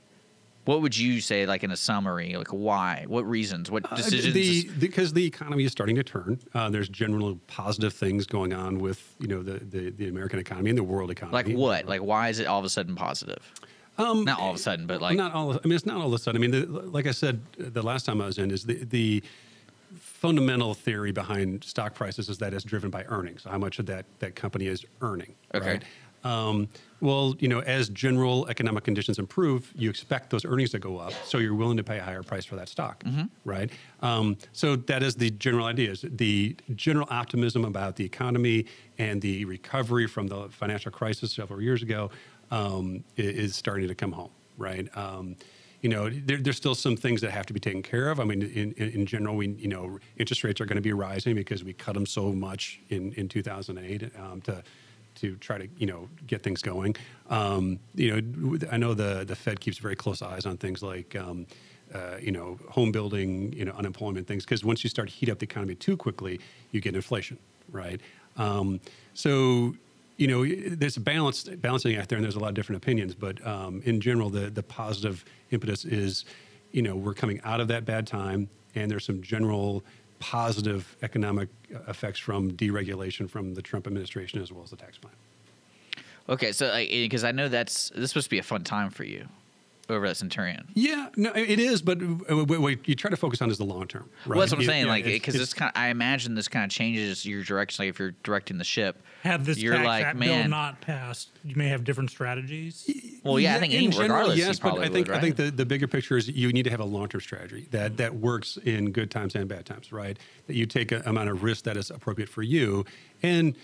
What would you say, like in a summary, like why? What reasons? What Uh, decisions? Uh, The, because the economy is starting to turn. Uh, there's generally positive things going on with you know the, the, the American economy and the world economy. like what? Like why is it all of a sudden positive? Um, not all of a sudden, but like not all. I mean, it's not all of a sudden. I mean, the, like I said the last time I was in, is the the fundamental theory behind stock prices is that it's driven by earnings. How much of that that company is earning? Okay. Right? Um, well, you know, as general economic conditions improve, you expect those earnings to go up, so you're willing to pay a higher price for that stock, right? Um, so that is the general idea: is the general optimism about the economy and the recovery from the financial crisis several years ago um, i- is starting to come home, right? Um, you know, there, there's still some things that have to be taken care of. I mean, in, in, in general, we you know interest rates are going to be rising because we cut them so much in in 2008 um, to to try to you know get things going. Um, you know, I know the the Fed keeps very close eyes on things like. Um, uh, you know, home building, you know, unemployment things, because once you start to heat up the economy too quickly, you get inflation, right? Um, so you know, there's a balance balancing act there, and there's a lot of different opinions. But um, in general, the the positive impetus is, you know, we're coming out of that bad time, and there's some general positive economic uh, effects from deregulation from the Trump administration as well as the tax plan. okay, so like because I know that's this is supposed to be a fun time for you over at Centurion. Yeah, no, it is, but uh, what what you try to focus on is the long term. Right? Well, that's what I'm You- saying. yeah, like, because it's kind of, I imagine this kind of changes your direction. Like, if you're directing the ship, Had this you're tax like, act bill man. not passed, you may have different strategies. well, yeah, I think in any, general, regardless, you yes, but probably I think would, right? I think the, the bigger picture is you need to have a long term strategy that that works in good times and bad times, right? That you take an amount of risk that is appropriate for you, and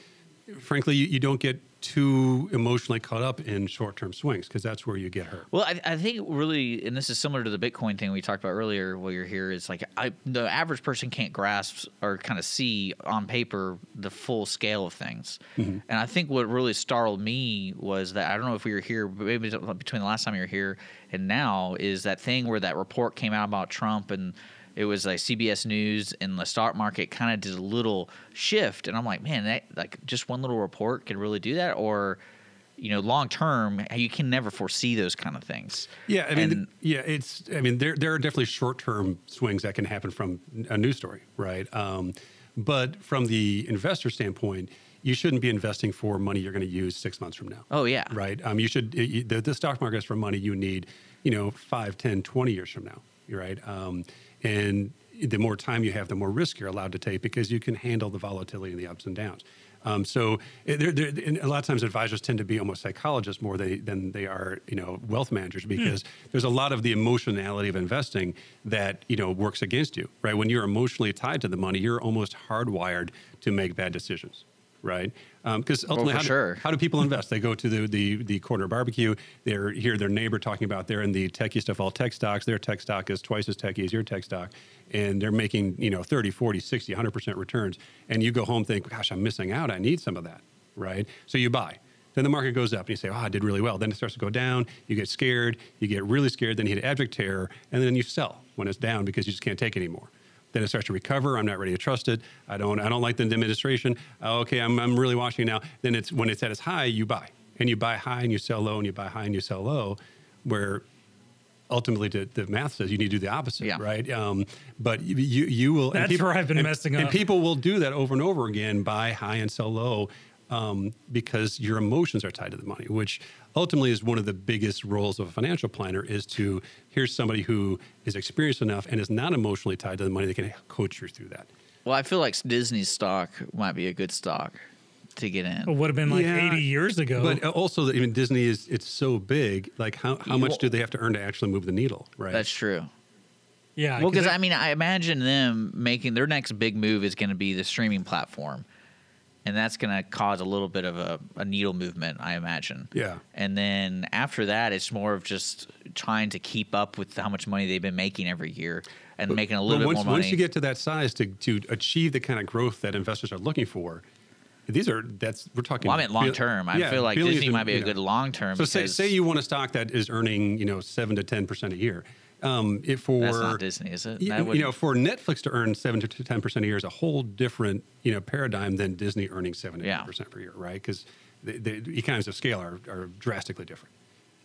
frankly, you, you don't get too emotionally caught up in short term swings because that's where you get hurt. Well, I, I think really, and this is similar to the Bitcoin thing we talked about earlier while you're here, is like I, the average person can't grasp or kind of see on paper the full scale of things. And I think what really startled me was that I don't know if we were here, but maybe it's between the last time you were here and now, is that thing where that report came out about Trump and it was like CBS News and the stock market kind of did a little shift. And I'm like, man, that like just one little report can really do that? Or, you know, long term, you can never foresee those kind of things. Yeah, I mean, And- yeah, it's. I mean, there there are definitely short term swings that can happen from a news story, right? Um, but from the investor standpoint, you shouldn't be investing for money you're going to use six months from now. Oh, yeah. right. Um, you should. It, it- the, the stock market is for money you need, you know, five, 10, 20 years from now, right? Um, and the more time you have, the more risk you're allowed to take because you can handle the volatility and the ups and downs. Um, so it- there- there- and a lot of times advisors tend to be almost psychologists more they, than they are, you know, wealth managers because there's a lot of the emotionality of investing that, you know, works against you, right? When you're emotionally tied to the money, you're almost hardwired to make bad decisions, right? Because ultimately, Oh, for how, do- sure. how do people invest? They go to the, the the corner barbecue. They hear their neighbor talking about they're in the techiest of all tech stocks. Their tech stock is twice as techy as your tech stock, and they're making you know 30, 40, 60, 100 percent returns. And you go home think, gosh, I'm missing out. I need some of that, right? So you buy. Then the market goes up, and you say, "Oh, I did really well." Then it starts to go down. You get scared. You get really scared. Then you hit abject terror, and then you sell when it's down because you just can't take it anymore then it starts to recover. I'm not ready to trust it. I don't. I don't like the administration. Uh, okay, I'm, I'm really watching now. Then it's when it's at its high, you buy and you buy high and you sell low and you buy high and you sell low, where ultimately the, the math says you need to do the opposite, Yeah. right? Um, but you you, you will. and That's where I've been and- messing And up. people will do that over and over again: buy high and sell low. Um, because your emotions are tied to the money, which ultimately is one of the biggest roles of a financial planner is to here's somebody who is experienced enough and is not emotionally tied to the money that can coach you through that. Well, I feel like Disney stock might be a good stock to get in. Oh, It would have been like Yeah, 80 years ago. But uh, also, I mean, Disney is it's so big. Like, how, how Well- much do they have to earn to actually move the needle? Right. That's true. yeah. Well, because it- I mean, I imagine them making their next big move is going to be the streaming platform, and that's going to cause a little bit of a, a needle movement, I imagine. Yeah. And then after that, it's more of just trying to keep up with how much money they've been making every year and making a little But bit once, more money. once you get to that size to to achieve the kind of growth that investors are looking for, these are that's we're talking. well, I meant long bill- term. I yeah, feel like billions Disney and- might be a yeah. good long term. So say, say you want a stock that is earning you know seven to ten percent a year. um, it for That's not Disney, is it? Y- That You, would- know, for Netflix to earn seven to ten percent a year is a whole different you know paradigm than Disney earning seven to Yeah. ten percent per year, right? Because the, the economies of scale are, are drastically different.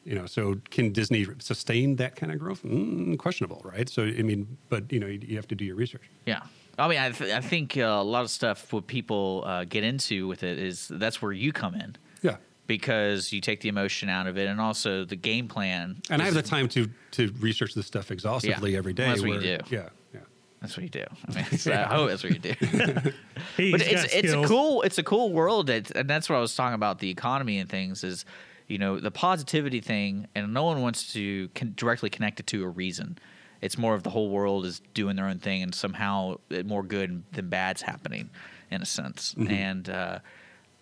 You know, so can Disney sustain that kind of growth? Mm, questionable, right? So I mean, but you know, you, you have to do your research. Yeah. I mean, I, th- I think uh, a lot of stuff what people uh, get into with it is that's where you come in Yeah, because you take the emotion out of it and also the game plan. and I have the time to to research this stuff exhaustively every day. Well, that's what you do. Yeah, yeah. That's what you do. I mean, it's, I hope that's what you do. He's but got it's it's a skills. cool it's a cool world that, and that's what I was talking about the economy and things is you know the positivity thing and no one wants to con- directly connect it to a reason it's more of the whole world is doing their own thing and somehow it- more good than bad's happening in a sense Mm-hmm. and uh,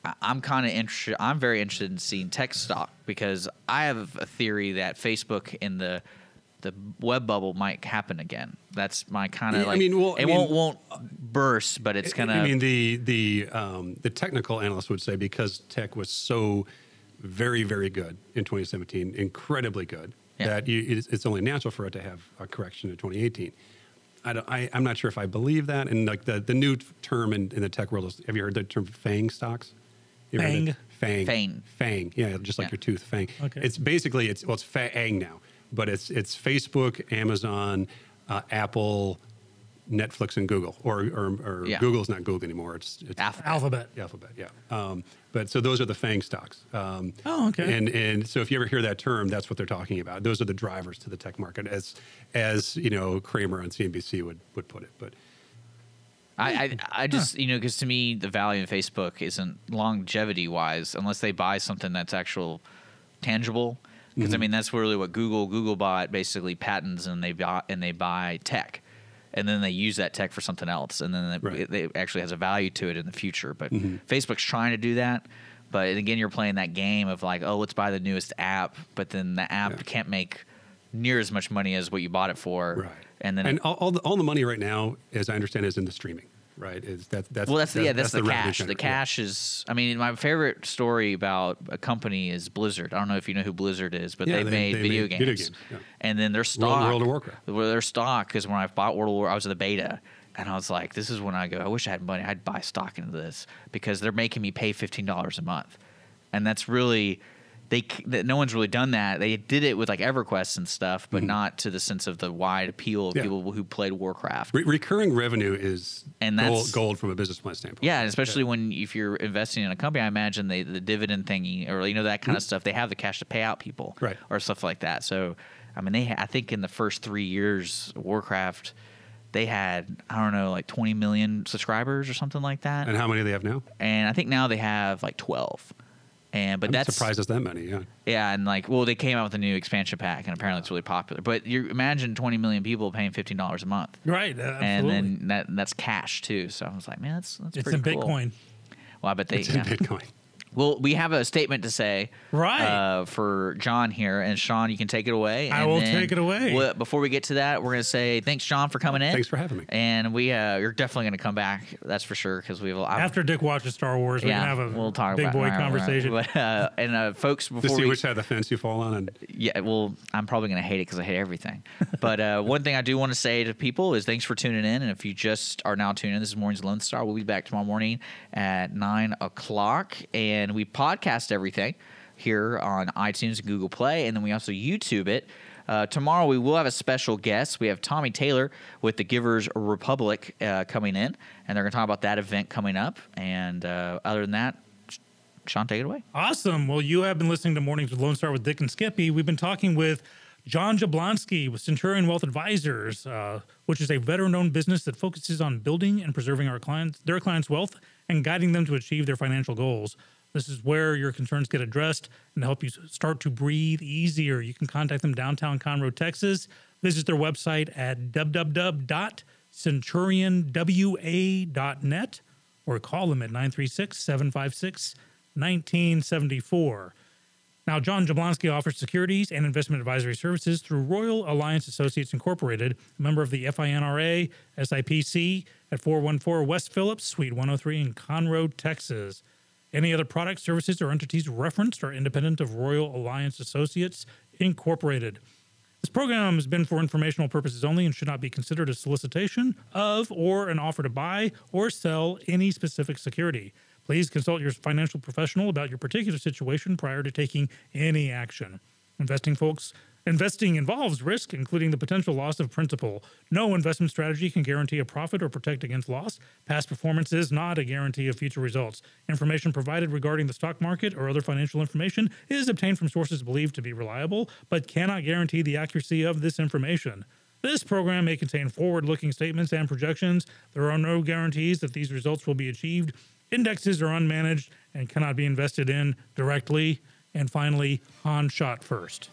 I- I'm kind of interested. I'm very interested in seeing tech stock because I have a theory that Facebook and the the web bubble might happen again. That's my kind of Yeah, I like. mean, well, I it won't mean- won't burst, but it's gonna. I mean, the the um, the technical analyst would say because tech was so very very good in 2017, incredibly good Yeah. that you, it's, it's only natural for it to have a correction in 2018. I don't, I, I'm not sure if I believe that. And like the, the new term in, in the tech world is have you heard the term FANG stocks? You ever heard Fang? that? Fang. Fang. Fang. Yeah, just like Yeah. your tooth, fang. Okay. It's basically it's well, it's fang now, but it's it's Facebook, Amazon, uh, Apple, Netflix, and Google, or or, or Yeah. Google's not Google anymore. It's, it's Alpha- Alphabet. Alphabet. Yeah. Um, but so those are the fang stocks. Um, Oh, okay. And and so if you ever hear that term, that's what they're talking about. Those are the drivers to the tech market, as as you know Kramer on CNBC would would put it. But I, I, I just, you know, because to me, the value in Facebook isn't longevity wise unless they buy something that's actual tangible. Because I Mm-hmm. mean, that's really what Google Google bought basically patents, and they buy and they buy tech, and then they use that tech for something else, and then they, Right. Mm-hmm. it, it actually has a value to it in the future. But Facebook's trying to do that. But again, you're playing that game of like, oh, let's buy the newest app, but then the app can't make near as much money as what you bought it for, right. and then and all, all the all the money right now, as I understand, is in the streaming. Right. Is that that's well that's that- yeah that's, the, revenue cash the generator. Yeah. cash is i mean my favorite story about a company is blizzard i don't know if you know who blizzard is but Yeah, they, they- made they video made games, video games, yeah. and then their stock World- World of Warcraft. well, their stock is when i bought world of war i was in the beta and i was like this is when i go i wish i had money i'd buy stock into this because they're making me pay $15 a month and that's really they c- that no one's really done that they did it with like everquest and stuff but not to the sense of the wide appeal of Mm-hmm. Yeah. people who played warcraft Re- recurring revenue is And gold, that's- gold from a business plan standpoint. Yeah, and especially when if you're investing in a company, I imagine they, the dividend thingy or you know that kind of stuff, they have the cash to pay out people, Mm-hmm. Right. or stuff like that. So, I mean, they ha- I think in the first three years, Warcraft, they had I don't know like 20 million subscribers or something like that, And and, how many do they have now? I think now they have like 12. And but I'm that's surprised it's that many. Yeah. yeah, and like well, they came out with a new expansion pack, and apparently it's really popular. But you imagine 20 million people paying 15 dollars a month. Right. uh, And Absolutely. then that, that's cash too. So I was like, man, that's that's it's pretty in cool. Bitcoin. Well, I bet they It's yeah. in Bitcoin. Well, we have a statement to say, Right. Uh, for John here, and Sean, you can take it away. I and will then take it away. we'll- before we get to that, we're going to say thanks, John, for coming in. Thanks for having me. And we, uh, you're definitely going to come back. That's for sure because we have a lot. After Dick watches Star Wars, we yeah, can have a we'll talk big about boy right, right, conversation. But, uh, and uh, folks, before To see we, which side of the fence you fall on, and yeah, well, I'm probably going to hate it because I hate everything. But uh, one thing I do want to say to people is thanks for tuning in. And if you just are now tuning in, this is Morning's Lone Star. We'll be back tomorrow morning at 9 o'clock. And we podcast everything here on iTunes and Google Play. And then we also YouTube it. Uh, tomorrow we will have a special guest. We have Tommy Taylor with the Givers Republic uh, coming in. And they're going to talk about that event coming up. And uh, other than that, Sean, take it away. Awesome. Well, you have been listening to Mornings with Lone Star with Dick and Skippy. We've been talking with John Jablonski with Centurion Wealth Advisors, uh, which is a veteran-owned business that focuses on building and preserving our clients, their clients' wealth, and guiding them to achieve their financial goals. This is where your concerns get addressed and help you s- start to breathe easier. You can contact them downtown Conroe, Texas. Visit their website at www.centurionwa.net or call them at 936 756 1974. Now, John Jablonski offers securities and investment advisory services through Royal Alliance Associates Incorporated, a member of the FINRA SIPC at 414 West Phillips, Suite 103 in Conroe, Texas. Any other products, services, or entities referenced are independent of Royal Alliance Associates Incorporated. This program has been for informational purposes only and should not be considered a solicitation of or an offer to buy or sell any specific security. Please consult your financial professional about your particular situation prior to taking any action. Investing folks investing involves risk, including the potential loss of principal. No investment strategy can guarantee a profit or protect against loss. Past performance is not a guarantee of future results. Information provided regarding the stock market or other financial information is obtained from sources believed to be reliable, but cannot guarantee the accuracy of this information. This program may contain forward looking statements and projections. There are no guarantees that these results will be achieved. Indexes are unmanaged and cannot be invested in directly. And finally, on shot first.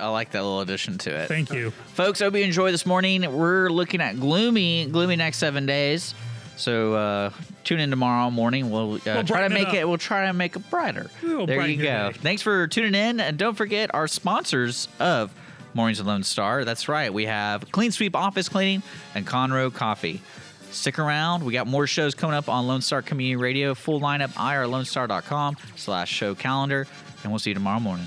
I like that little addition to it. Thank you. Folks, I hope you enjoy this morning. We're looking at gloomy, gloomy next seven days. So uh, tune in tomorrow morning. We'll, uh, try to brighten it make up. it. We'll try to make it brighter. We'll there brighten you your go. day. Thanks for tuning in, and don't forget our sponsors of Mornings with Lone Star. That's right. We have Clean Sweep Office Cleaning and Conroe Coffee. Stick around. We got more shows coming up on Lone Star Community Radio. Full lineup irlonestar.com slash show calendar, and we'll see you tomorrow morning.